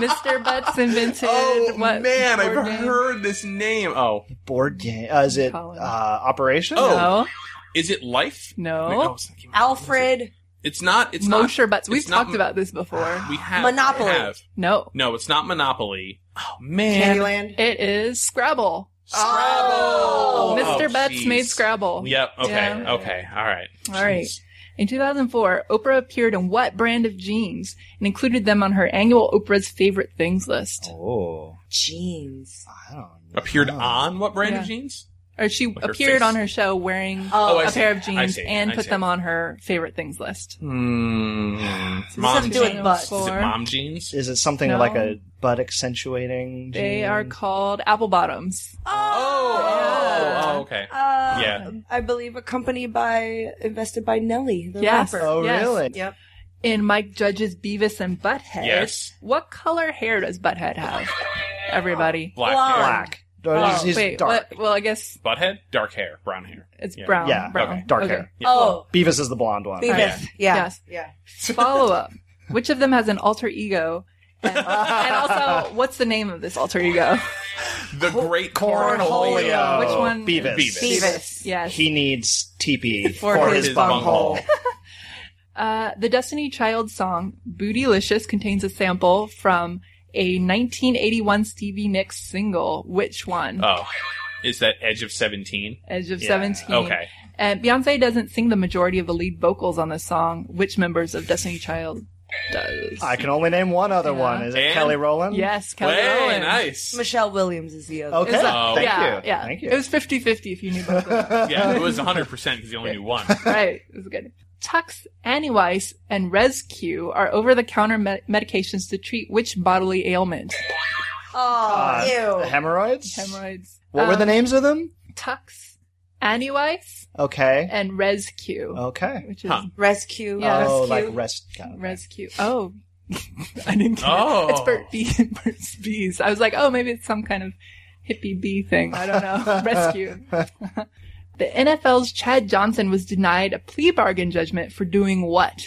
Speaker 3: Mr. Butts invented
Speaker 4: Oh
Speaker 3: what?
Speaker 4: man, I've
Speaker 3: board game?
Speaker 4: heard this name. Oh,
Speaker 2: Board game. Uh, is it uh,
Speaker 3: Colin.
Speaker 2: Operation?
Speaker 4: Oh.
Speaker 3: No,
Speaker 4: is it life?
Speaker 3: No.
Speaker 4: Wait, it's not-
Speaker 1: Alfred.
Speaker 4: It's not. It's not
Speaker 3: Mosher Butts. We've
Speaker 4: it's not-
Speaker 3: talked about this before.
Speaker 4: We have
Speaker 1: Monopoly.
Speaker 4: we have.
Speaker 3: No,
Speaker 4: No, it's not Monopoly. Oh man,
Speaker 1: Candyland.
Speaker 3: it is Scrabble.
Speaker 4: Scrabble.
Speaker 1: Oh.
Speaker 3: Mr.
Speaker 4: Oh,
Speaker 3: Butts
Speaker 4: jeez.
Speaker 3: made Scrabble.
Speaker 4: Yep. Okay.
Speaker 3: Yeah.
Speaker 4: Okay. All right.
Speaker 3: All right.
Speaker 4: Jeez.
Speaker 3: In 2004, Oprah appeared in what brand of jeans and included them on her annual Oprah's favorite things list?
Speaker 2: Oh.
Speaker 1: Jeans.
Speaker 2: I don't know.
Speaker 4: Appeared on what brand of
Speaker 3: Yeah.
Speaker 4: jeans?
Speaker 3: Or she
Speaker 4: her
Speaker 3: appeared
Speaker 4: face.
Speaker 3: on her show wearing
Speaker 4: Oh, I
Speaker 3: a
Speaker 4: see.
Speaker 3: pair of
Speaker 4: I
Speaker 3: jeans
Speaker 4: see.
Speaker 3: and
Speaker 4: I
Speaker 3: put
Speaker 4: see.
Speaker 3: them on her favorite things list.
Speaker 4: Hmm.
Speaker 1: Something
Speaker 4: Mom
Speaker 1: to do with
Speaker 4: jeans.
Speaker 1: butts.
Speaker 4: Is it
Speaker 3: Four.
Speaker 4: mom jeans?
Speaker 2: Is it something
Speaker 3: No.
Speaker 2: like a butt accentuating?
Speaker 3: They
Speaker 2: gene?
Speaker 3: are called apple bottoms.
Speaker 4: Oh,
Speaker 3: Yeah.
Speaker 4: oh, oh, okay.
Speaker 1: Uh,
Speaker 4: Yeah.
Speaker 1: I believe accompanied by invested by Nelly, the
Speaker 3: Yes.
Speaker 1: rapper.
Speaker 2: Oh,
Speaker 3: Yes.
Speaker 2: really?
Speaker 1: Yep.
Speaker 3: In Mike Judge's Beavis and Butthead,
Speaker 4: Yes.
Speaker 3: what color hair does Butthead have? Everybody.
Speaker 4: Black, hair.
Speaker 2: Black. No, he's, he's
Speaker 3: Oh, Wait,
Speaker 2: dark.
Speaker 3: what- well, I guess
Speaker 4: Butthead? Dark hair. Brown hair.
Speaker 3: it's
Speaker 4: Yeah.
Speaker 3: brown.
Speaker 2: Yeah,
Speaker 3: brown.
Speaker 2: okay, dark hair.
Speaker 1: Oh,
Speaker 2: Beavis is the blonde one.
Speaker 1: Beavis.
Speaker 4: Yeah.
Speaker 1: Yeah.
Speaker 3: Yes.
Speaker 1: Yeah.
Speaker 3: Follow up. Which of them has an alter ego? And, and also, what's the name of this alter ego?
Speaker 4: The great
Speaker 2: Cornholio.
Speaker 4: cornholio.
Speaker 3: Which one?
Speaker 2: Beavis.
Speaker 4: Beavis.
Speaker 1: Beavis.
Speaker 3: Yes.
Speaker 2: He needs TP
Speaker 3: For his
Speaker 4: bunghole.
Speaker 3: Uh, the Destiny Child song "Bootylicious" contains a sample from a 1981 Stevie Nicks single. Which one?
Speaker 4: Oh, is that Edge of Seventeen?
Speaker 3: Edge of
Speaker 2: yeah,
Speaker 3: 17.
Speaker 4: okay.
Speaker 3: And Beyonce doesn't sing the majority of the lead vocals on this song. Which members of Destiny Child does?
Speaker 2: I can only name one other one. Is it
Speaker 4: And-
Speaker 2: Kelly Rowland?
Speaker 3: yes, Kelly
Speaker 4: Way
Speaker 3: Rowland.
Speaker 4: nice.
Speaker 1: Michelle Williams is the other.
Speaker 2: Okay.
Speaker 3: Is
Speaker 4: Oh.
Speaker 2: Thank
Speaker 3: yeah,
Speaker 2: you.
Speaker 3: yeah.
Speaker 2: Thank you.
Speaker 3: It was 50-50 if you knew both of them.
Speaker 4: Yeah, it was 100 percent because he only knew one.
Speaker 3: right. It was good. Tux, Anywice, and Rescue are over-the-counter med- medications to treat which bodily ailment?
Speaker 1: Oh,
Speaker 2: Uh,
Speaker 1: ew.
Speaker 2: hemorrhoids?
Speaker 3: Hemorrhoids.
Speaker 2: What were the
Speaker 3: Um,
Speaker 2: names of them?
Speaker 3: Tux, Anywice,
Speaker 2: Okay.
Speaker 3: and Rescue,
Speaker 2: Okay.
Speaker 3: which is
Speaker 4: Huh.
Speaker 1: Rescue.
Speaker 3: Yeah.
Speaker 2: oh,
Speaker 1: Rescue.
Speaker 2: like rest.
Speaker 3: Rescue. Oh, I didn't. Get
Speaker 4: Oh.
Speaker 3: it. it's Bert B. Bert's Bees. I was like, oh, maybe it's some kind of hippie bee thing. I don't know. Rescue. the NFL's Chad Johnson was denied a plea bargain judgment for doing what?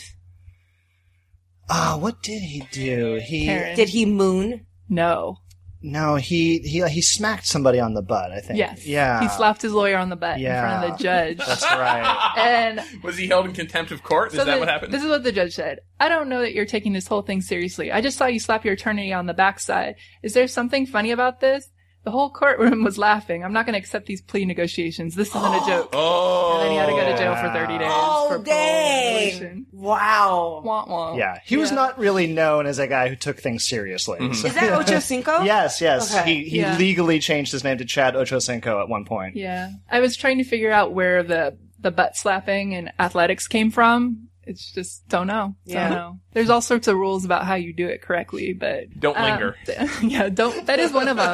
Speaker 2: Ah, what did he do? He
Speaker 3: Karen.
Speaker 1: Did he moon?
Speaker 3: No.
Speaker 2: no, he he uh, he smacked somebody on the butt. I think.
Speaker 3: Yes.
Speaker 2: Yeah.
Speaker 3: He slapped his lawyer on the butt in front of the judge.
Speaker 2: That's right.
Speaker 3: and
Speaker 4: Was he held in contempt of court? Is
Speaker 3: so
Speaker 4: that
Speaker 3: the-
Speaker 4: what happened?
Speaker 3: This is what the judge said. I don't know that you're taking this whole thing seriously. I just saw you slap your attorney on the backside. Is there something funny about this? The whole courtroom was laughing. I'm not going to accept these plea negotiations. This isn't a joke.
Speaker 4: oh,
Speaker 3: And then he had to go to jail for 30 days.
Speaker 1: Oh,
Speaker 3: for
Speaker 1: dang.
Speaker 3: probation.
Speaker 1: Wow.
Speaker 3: Wah, wah.
Speaker 2: yeah. He was
Speaker 3: Yeah.
Speaker 2: not really known as a guy who took things seriously.
Speaker 4: Mm-hmm.
Speaker 2: So-
Speaker 1: Is that Ocho Cinco?
Speaker 2: yes. Yes.
Speaker 1: Okay.
Speaker 2: He he
Speaker 3: Yeah.
Speaker 2: legally changed his name to Chad Ochocinco at one point.
Speaker 3: Yeah. I was trying to figure out where the the butt slapping and athletics came from. It's just don't know.
Speaker 1: Yeah.
Speaker 3: Don't know. There's all sorts of rules about how you do it correctly, but
Speaker 4: Don't
Speaker 3: um,
Speaker 4: linger.
Speaker 3: yeah, don't. That is one of them.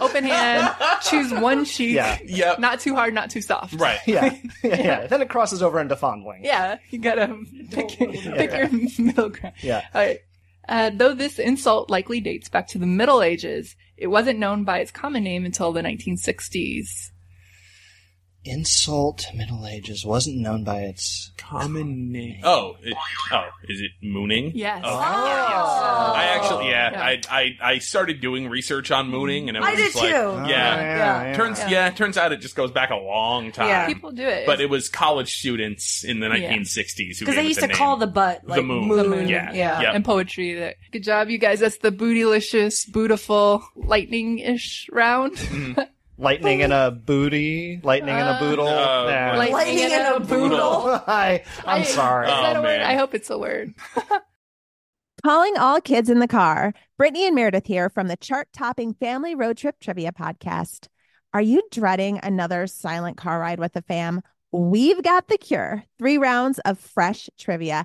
Speaker 3: Open hand. Choose one cheek.
Speaker 2: Yeah.
Speaker 4: Yep.
Speaker 3: Not too hard, not too soft.
Speaker 4: right.
Speaker 2: Yeah. yeah, yeah. Then it crosses over into fondling.
Speaker 3: Yeah, you gotta pick, pick your middle ground.
Speaker 2: Yeah.
Speaker 3: All right. Uh, though this insult likely dates back to the Middle Ages, it wasn't known by its common name until the 1960s.
Speaker 2: Insult Middle Ages wasn't known by its.
Speaker 4: Common name. Oh, it, oh, is it mooning?
Speaker 3: Yes.
Speaker 4: Oh, sorry,
Speaker 1: Oh.
Speaker 4: yes. I actually, yeah, I, I, I started doing research on mooning, and it was
Speaker 1: I did
Speaker 4: just like,
Speaker 2: Oh,
Speaker 1: too.
Speaker 3: Oh,
Speaker 4: Yeah.
Speaker 3: Yeah.
Speaker 4: Turns, yeah. turns out it just goes back a long time.
Speaker 1: Yeah.
Speaker 3: People do it.
Speaker 4: But it was college students in the 1960s who
Speaker 1: Because
Speaker 4: gave
Speaker 1: they
Speaker 4: it
Speaker 1: used
Speaker 4: the
Speaker 1: to call
Speaker 4: name.
Speaker 1: the butt like
Speaker 4: moon.
Speaker 3: the moon.
Speaker 4: Yeah.
Speaker 3: yeah.
Speaker 4: Yep.
Speaker 3: And poetry. That good job, you guys. That's the bootylicious, beautiful, lightning-ish round.
Speaker 4: Mm.
Speaker 2: Lightning in a booty. Lightning in a boodle.
Speaker 4: Uh,
Speaker 2: Nah.
Speaker 3: Lightning
Speaker 1: Lightning in a boodle.
Speaker 2: I, I'm
Speaker 3: I-
Speaker 2: sorry.
Speaker 3: Is
Speaker 4: Oh,
Speaker 3: that a word?
Speaker 4: man.
Speaker 3: I hope it's a word.
Speaker 5: Calling all kids in the car. Brittany and Meredith here from the chart topping Family Road Trip Trivia Podcast. Are you dreading another silent car ride with the fam? We've got the cure. Three rounds of fresh trivia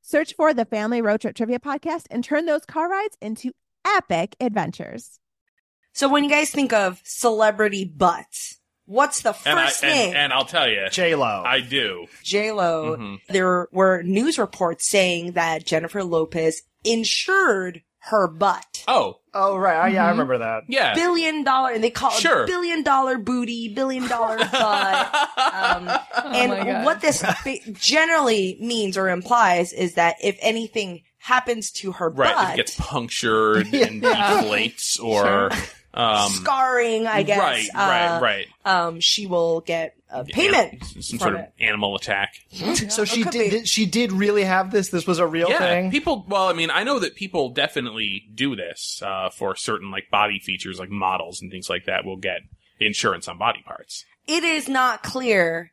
Speaker 5: Search for the Family Road Trip Trivia Podcast and turn those car rides into epic adventures.
Speaker 1: So when you guys think of celebrity butts, what's the
Speaker 4: And, I,
Speaker 1: first
Speaker 4: and,
Speaker 1: name?
Speaker 4: and I'll tell you,
Speaker 2: J Lo.
Speaker 4: I do.
Speaker 1: J Lo.
Speaker 4: Mhm.
Speaker 1: There were news reports saying that Jennifer Lopez insured her butt.
Speaker 4: Oh,
Speaker 2: Oh right. I, yeah,
Speaker 1: Mm-hmm.
Speaker 2: I remember that.
Speaker 4: yeah.
Speaker 1: Billion dollar, and they call it
Speaker 4: Sure.
Speaker 1: billion dollar booty, billion dollar butt. Um,
Speaker 4: Oh
Speaker 1: and
Speaker 3: Oh, my God.
Speaker 1: what this ba- generally means or implies is that if anything happens to her
Speaker 4: right.
Speaker 1: butt,
Speaker 4: It gets punctured and deflates or. Um,
Speaker 1: scarring, I guess.
Speaker 4: Right,
Speaker 1: uh,
Speaker 4: right, right.
Speaker 1: Um, she will get a payment.
Speaker 4: An-
Speaker 1: from
Speaker 4: some sort of
Speaker 1: it.
Speaker 4: animal attack.
Speaker 2: So she
Speaker 1: could
Speaker 2: did,
Speaker 1: be.
Speaker 2: did. She did really have this. This was a real
Speaker 4: yeah,
Speaker 2: thing.
Speaker 4: people. Well, I mean, I know that people definitely do this uh, for certain like body features, like models and things like that. Will get insurance on body parts.
Speaker 1: It is not clear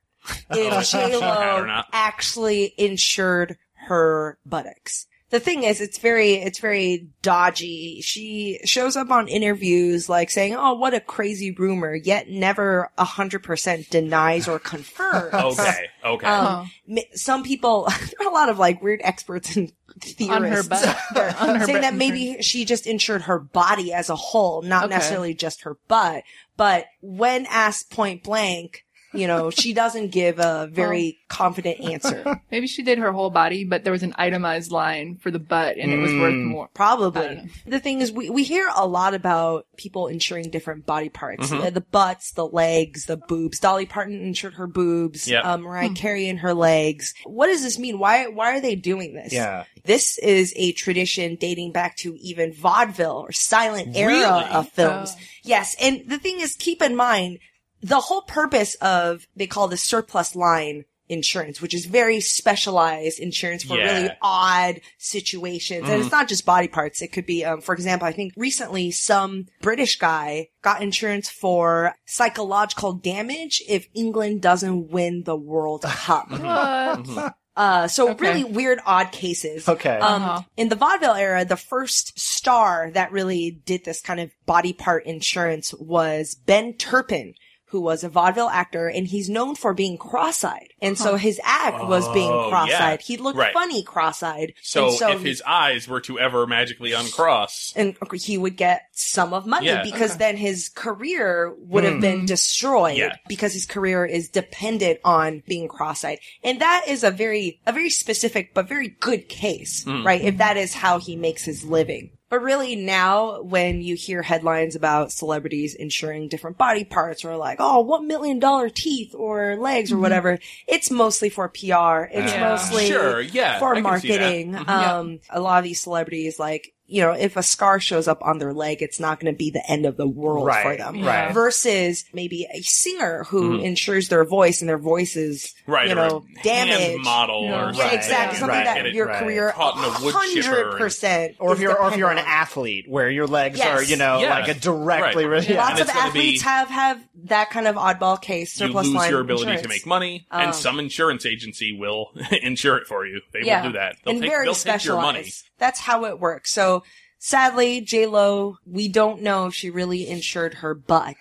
Speaker 1: if
Speaker 4: she had
Speaker 1: J
Speaker 4: or
Speaker 1: Lo
Speaker 4: Oh, not.
Speaker 1: actually insured her buttocks. The thing is, it's very, it's very dodgy. She shows up on interviews like saying, "Oh, what a crazy rumor," yet never hundred percent denies or confirms.
Speaker 4: Okay, okay.
Speaker 1: Um, m- some people, there are a lot of like weird experts and theorists
Speaker 3: On her butt.
Speaker 1: out there
Speaker 3: On her
Speaker 1: saying
Speaker 3: butt
Speaker 1: that
Speaker 3: and
Speaker 1: maybe she just insured her body as a whole, not
Speaker 3: Okay.
Speaker 1: necessarily just her butt. But when asked point blank, you know, she doesn't give a very confident answer.
Speaker 3: Maybe she did her whole body, but there was an itemized line for the butt, and it was worth
Speaker 4: Mm.
Speaker 3: more. I don't know.
Speaker 1: Probably. The thing is, we, we hear a lot about people insuring different body parts.
Speaker 4: Mm-hmm.
Speaker 1: Uh, The butts, the legs, the boobs. Dolly Parton insured her boobs.
Speaker 4: Yep.
Speaker 1: Um, Mariah Carey in her legs. What does this mean? Why, why are they doing this?
Speaker 2: Yeah.
Speaker 1: This is a tradition dating back to even vaudeville or silent era
Speaker 4: Really?
Speaker 1: of films. Yes. And the thing is, keep in mind, the whole purpose of, they call this surplus line insurance, which is very specialized insurance for
Speaker 4: Yeah.
Speaker 1: really odd situations. And it's not just body parts. It could be, um, for example, I think recently some British guy got insurance for psychological damage if England doesn't win the World Cup.
Speaker 4: Mm-hmm.
Speaker 3: What?
Speaker 1: Uh, so
Speaker 3: Okay.
Speaker 1: really weird, odd cases.
Speaker 2: Okay.
Speaker 1: Um,
Speaker 3: Uh-huh.
Speaker 1: in the vaudeville era, the first star that really did this kind of body part insurance was Ben Turpin, who was a vaudeville actor, and he's known for being cross-eyed. And
Speaker 3: Uh-huh.
Speaker 1: so his act was being
Speaker 4: Oh, yeah.
Speaker 1: cross-eyed. He looked
Speaker 4: Right.
Speaker 1: funny cross-eyed.
Speaker 4: so,
Speaker 1: and so
Speaker 4: if his eyes were to ever magically uncross,
Speaker 1: and he would get some of money
Speaker 4: Yeah. Hmm.
Speaker 1: because then his career would have been destroyed
Speaker 4: Yeah.
Speaker 1: because his career is dependent on being cross-eyed. And that is a very, a very specific but very good case,
Speaker 4: Hmm.
Speaker 1: right? If that is how he makes his living. But really now when you hear headlines about celebrities insuring different body parts or like, oh, what million dollar teeth or legs or whatever, it's mostly for PR. It's
Speaker 3: Yeah.
Speaker 1: mostly
Speaker 4: Sure, yeah, I
Speaker 1: for
Speaker 4: can see that.
Speaker 1: marketing. Um, a lot of these celebrities, like you know, if a scar shows up on their leg, it's not going to be the end of the world for
Speaker 2: Right,
Speaker 1: them.
Speaker 3: right.
Speaker 1: Versus maybe a singer who insures their voice and their voice is,
Speaker 4: Mm-hmm. Right,
Speaker 1: you
Speaker 4: or a
Speaker 1: know,
Speaker 4: hand
Speaker 1: damaged.
Speaker 4: model
Speaker 3: Yeah.
Speaker 4: or
Speaker 1: Yeah,
Speaker 3: Yeah,
Speaker 4: something.
Speaker 1: exactly.
Speaker 2: Right,
Speaker 1: Something
Speaker 4: Right,
Speaker 1: that
Speaker 4: get it
Speaker 1: your
Speaker 2: right.
Speaker 1: career
Speaker 4: Caught in a wood chipper and-
Speaker 1: 100%
Speaker 2: Or if
Speaker 1: is
Speaker 2: you're, or if you're an
Speaker 1: dependent on.
Speaker 2: athlete where your legs
Speaker 1: Yes.
Speaker 2: are, you know,
Speaker 4: Yeah.
Speaker 2: like a directly,
Speaker 4: Right.
Speaker 2: yeah.
Speaker 1: Lots
Speaker 4: And
Speaker 1: of
Speaker 4: it's gonna be-
Speaker 1: athletes have have that kind of oddball case
Speaker 4: You
Speaker 1: surplus
Speaker 4: lose
Speaker 1: line
Speaker 4: your ability to
Speaker 1: insurance.
Speaker 4: make money,
Speaker 1: Um,
Speaker 4: and some insurance agency will insure it for you. They
Speaker 3: Yeah.
Speaker 4: will do that. They'll
Speaker 1: and
Speaker 4: take,
Speaker 1: very
Speaker 4: they'll take your money.
Speaker 1: specialized. That's how it works. So sadly, J Lo, we don't know if she really insured her butt.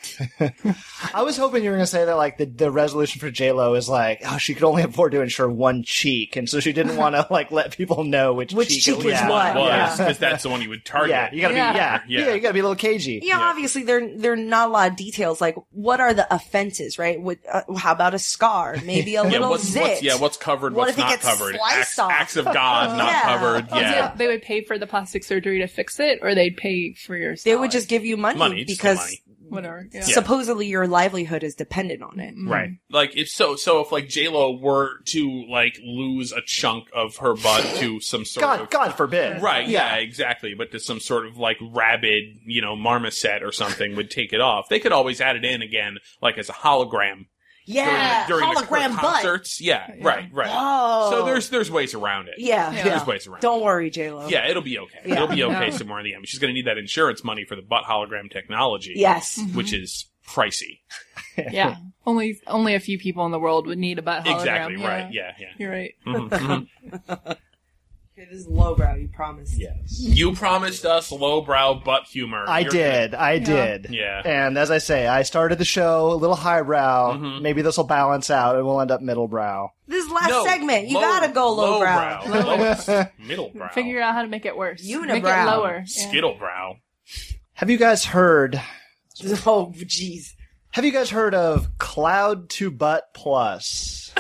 Speaker 2: I was hoping you were going to say that like the, the resolution for J Lo is like, oh, she could only afford to insure one cheek, and so she didn't want to like let people know which,
Speaker 1: Which
Speaker 2: it
Speaker 1: cheek is
Speaker 2: was.
Speaker 4: Which
Speaker 1: what?
Speaker 4: one was,
Speaker 2: Yeah.
Speaker 4: because that's the one you would target.
Speaker 2: Yeah, you gotta
Speaker 3: Yeah.
Speaker 2: be yeah.
Speaker 4: Yeah.
Speaker 2: yeah, you gotta be a little cagey.
Speaker 1: you know,
Speaker 4: Yeah.
Speaker 1: obviously there there are not a lot of details. Like, what are the offenses? Right? What, uh, how about a scar? Maybe a
Speaker 4: Yeah,
Speaker 1: little
Speaker 4: what's,
Speaker 1: zit.
Speaker 4: what's yeah, what's covered,
Speaker 1: What
Speaker 4: what's
Speaker 1: if it
Speaker 4: not
Speaker 1: gets
Speaker 4: covered.
Speaker 1: sliced
Speaker 4: acts,
Speaker 1: off?
Speaker 4: acts of God not
Speaker 1: Yeah.
Speaker 4: covered.
Speaker 1: Oh,
Speaker 3: Is
Speaker 4: Yeah.
Speaker 3: it- they would pay for the plastic surgery to fix it, or they'd pay for your.
Speaker 1: they
Speaker 3: salary?
Speaker 1: would just give you money,
Speaker 4: Money, just the
Speaker 1: because
Speaker 4: money.
Speaker 3: whatever. Yeah. Mm-hmm.
Speaker 1: supposedly your livelihood is dependent on it.
Speaker 4: Right. Like if so so if like J Lo were to like lose a chunk of her butt to some sort
Speaker 2: God,
Speaker 4: of
Speaker 2: God forbid.
Speaker 4: Right, yeah. exactly. But to some sort of like rabid, you know, marmoset or something would take it off. They could always add it in again, like as a hologram
Speaker 1: Yeah,
Speaker 4: during, during the
Speaker 1: hologram
Speaker 4: quick
Speaker 1: butt.
Speaker 4: concerts. Yeah, right, right.
Speaker 1: Oh,
Speaker 4: So there's there's ways around it.
Speaker 1: yeah.
Speaker 3: Yeah.
Speaker 4: there's ways around.
Speaker 1: Don't worry, J Lo.
Speaker 4: it. Yeah, it'll be okay.
Speaker 1: Yeah.
Speaker 4: It'll be okay
Speaker 3: Yeah.
Speaker 4: somewhere in the end. She's gonna need that insurance money for the butt hologram technology.
Speaker 1: Yes.
Speaker 3: Mm-hmm.
Speaker 4: which is pricey.
Speaker 3: yeah. Only only a few people in the world would need a butt hologram.
Speaker 4: Exactly.
Speaker 3: Yeah.
Speaker 4: Right. Yeah. Yeah.
Speaker 3: You're right.
Speaker 4: Mhm, mhm.
Speaker 1: It is lowbrow, you promise.
Speaker 2: Yes.
Speaker 4: You promised us lowbrow butt humor.
Speaker 2: I
Speaker 4: You're
Speaker 2: did. I did.
Speaker 4: Yeah.
Speaker 2: And as I say, I started the show a little highbrow.
Speaker 4: Mm-hmm.
Speaker 2: Maybe this will balance out and we'll end up middle brow.
Speaker 1: This
Speaker 4: gonna-
Speaker 1: last
Speaker 4: No,
Speaker 1: segment, you
Speaker 4: low-
Speaker 1: gotta go lowbrow.
Speaker 4: lowbrow. Lowest. Middle brow. Mm,
Speaker 3: Figure out how to make it worse. Make it
Speaker 1: Unibrow.
Speaker 3: lower. Yeah.
Speaker 4: Skittle brow.
Speaker 2: Have you guys heard?
Speaker 1: Oh, jeez.
Speaker 2: Have you guys heard of Cloud to Butt Plus?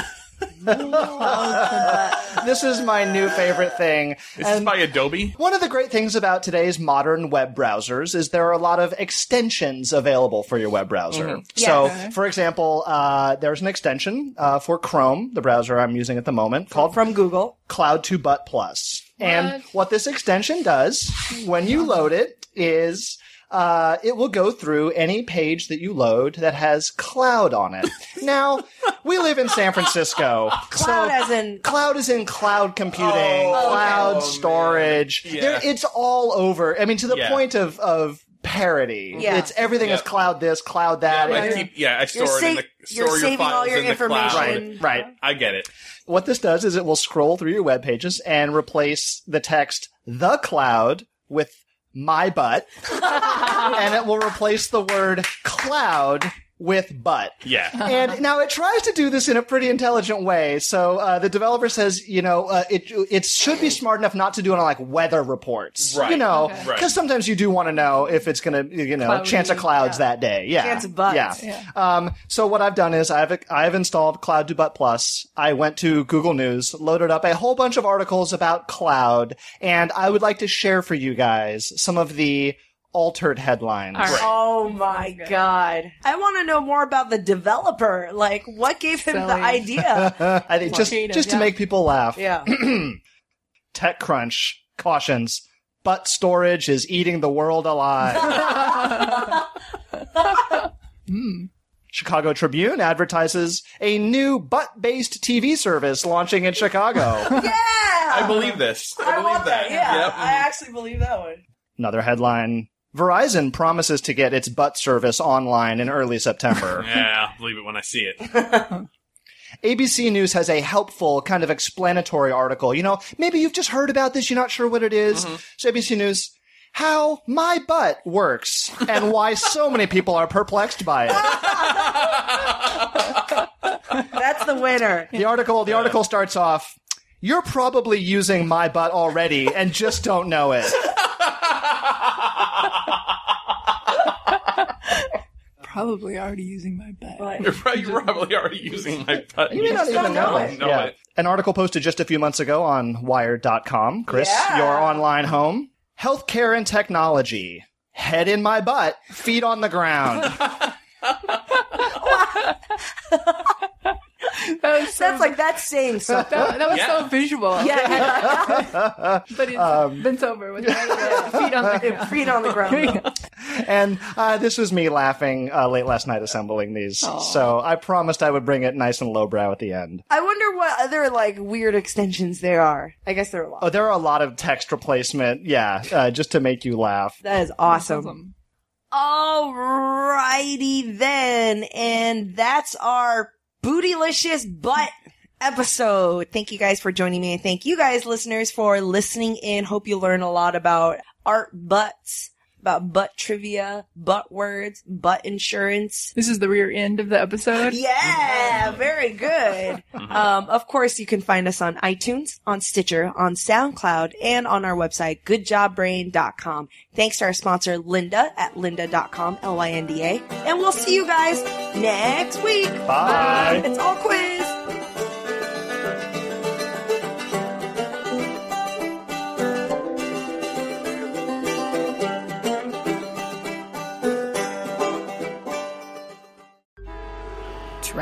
Speaker 2: this is my new favorite thing.
Speaker 4: This
Speaker 1: Um,
Speaker 4: is by Adobe.
Speaker 2: One of the great things about today's modern web browsers is there are a lot of extensions available for your web browser. So, for example, uh, there's an extension uh, for Chrome, the browser I'm using at the moment, called
Speaker 1: From Google.
Speaker 2: Cloud to Butt Plus. And what this extension does when you load it is uh, it will go through any page that you load that has cloud on it. now, we live in San Francisco.
Speaker 1: Cloud
Speaker 2: so
Speaker 1: as in
Speaker 2: cloud is in cloud computing,
Speaker 4: Oh,
Speaker 2: cloud
Speaker 4: okay.
Speaker 2: storage.
Speaker 4: Yeah.
Speaker 2: There, it's all over. I mean, to the
Speaker 4: Yeah.
Speaker 2: point of, of parody.
Speaker 1: Yeah.
Speaker 2: It's everything is
Speaker 4: Yeah.
Speaker 2: cloud this, cloud that.
Speaker 4: I
Speaker 2: It's-
Speaker 4: keep, yeah, I store
Speaker 1: you're,
Speaker 4: it in
Speaker 1: sa-
Speaker 4: the store
Speaker 1: you're
Speaker 4: your
Speaker 1: saving all
Speaker 4: files
Speaker 1: your
Speaker 4: in the cloud.
Speaker 1: information.
Speaker 2: right.
Speaker 4: I get it.
Speaker 2: What this does is it will scroll through your web pages and replace the text the cloud with my butt. and it will replace the word cloud with butt.
Speaker 4: Yeah.
Speaker 2: And now it tries to do this in a pretty intelligent way. So uh, the developer says, you know, uh, it it should be smart enough not to do it on like weather reports,
Speaker 4: Right.
Speaker 2: you know,
Speaker 3: Okay.
Speaker 2: because
Speaker 4: Right.
Speaker 2: sometimes you do want to know if it's gonna, you know,
Speaker 3: Cloudy,
Speaker 2: chance of clouds
Speaker 3: yeah.
Speaker 2: that day, yeah,
Speaker 1: Chance of butts.
Speaker 2: yeah. Um, so what I've done is I've I've installed Cloud to Butt Plus. I went to Google News, loaded up a whole bunch of articles about cloud, and I would like to share for you guys some of the altered headlines.
Speaker 3: All right.
Speaker 1: Oh my god. I want to know more about the developer. Like, what gave him the
Speaker 3: Silly.
Speaker 1: idea?
Speaker 2: I think just
Speaker 3: Creative,
Speaker 2: just to
Speaker 3: yeah.
Speaker 2: make people laugh.
Speaker 1: yeah.
Speaker 2: TechCrunch cautions butt storage is eating the world alive. Chicago Tribune advertises a new butt based TV service launching in Chicago.
Speaker 1: Yeah!
Speaker 4: I
Speaker 1: I,
Speaker 4: believe this. I, believe
Speaker 1: want that. Yeah.
Speaker 4: Yep.
Speaker 1: I actually believe that one.
Speaker 2: Another headline Verizon promises to get its butt service online in early September.
Speaker 4: Yeah, I believe it when I see it.
Speaker 2: ABC News has a helpful kind of explanatory article. You know, maybe you've just heard about this, you're not sure what it is. So ABC News, how my butt works and why so many people are perplexed by it.
Speaker 1: That's the winner.
Speaker 2: The article the article starts off you're probably using my butt already and just don't know it.
Speaker 3: Probably already using my butt.
Speaker 4: You're probably, you're probably already using my button.
Speaker 2: may not
Speaker 4: just
Speaker 2: even know
Speaker 4: don't
Speaker 2: it. Yeah. An article posted just a few months ago on wired.com, Chris, your online home. Healthcare and technology. Head in my butt, feet on the ground.
Speaker 3: That was so,
Speaker 1: That's like that's saying something.
Speaker 3: that, that was so
Speaker 4: Yeah.
Speaker 3: visual.
Speaker 1: yeah,
Speaker 3: but it's
Speaker 2: Um,
Speaker 3: bent over with feet on the ground.
Speaker 1: feet on the ground.
Speaker 2: and uh, this was me laughing uh, late last night assembling these. So I promised I would bring it nice and lowbrow at the end.
Speaker 1: I wonder what other like weird extensions there are. I guess there are a lot.
Speaker 2: Oh, there are a lot of text replacement. Yeah, uh, just to make you laugh.
Speaker 1: That is awesome. Alrighty then. And that's our bootylicious butt episode. Thank you guys for joining me and thank you guys listeners for listening in. Hope you learn a lot about art butts, about butt trivia, butt words, butt insurance.
Speaker 3: This is the rear end of the episode.
Speaker 1: Yeah, very good. Um, of course, you can find us on iTunes, on Stitcher, on SoundCloud, and on our website, goodjobbrain.com. Thanks to our sponsor, Linda at lynda.com, L-Y-N-D-A. And we'll see you guys next week.
Speaker 2: Bye.
Speaker 1: It's all quiz.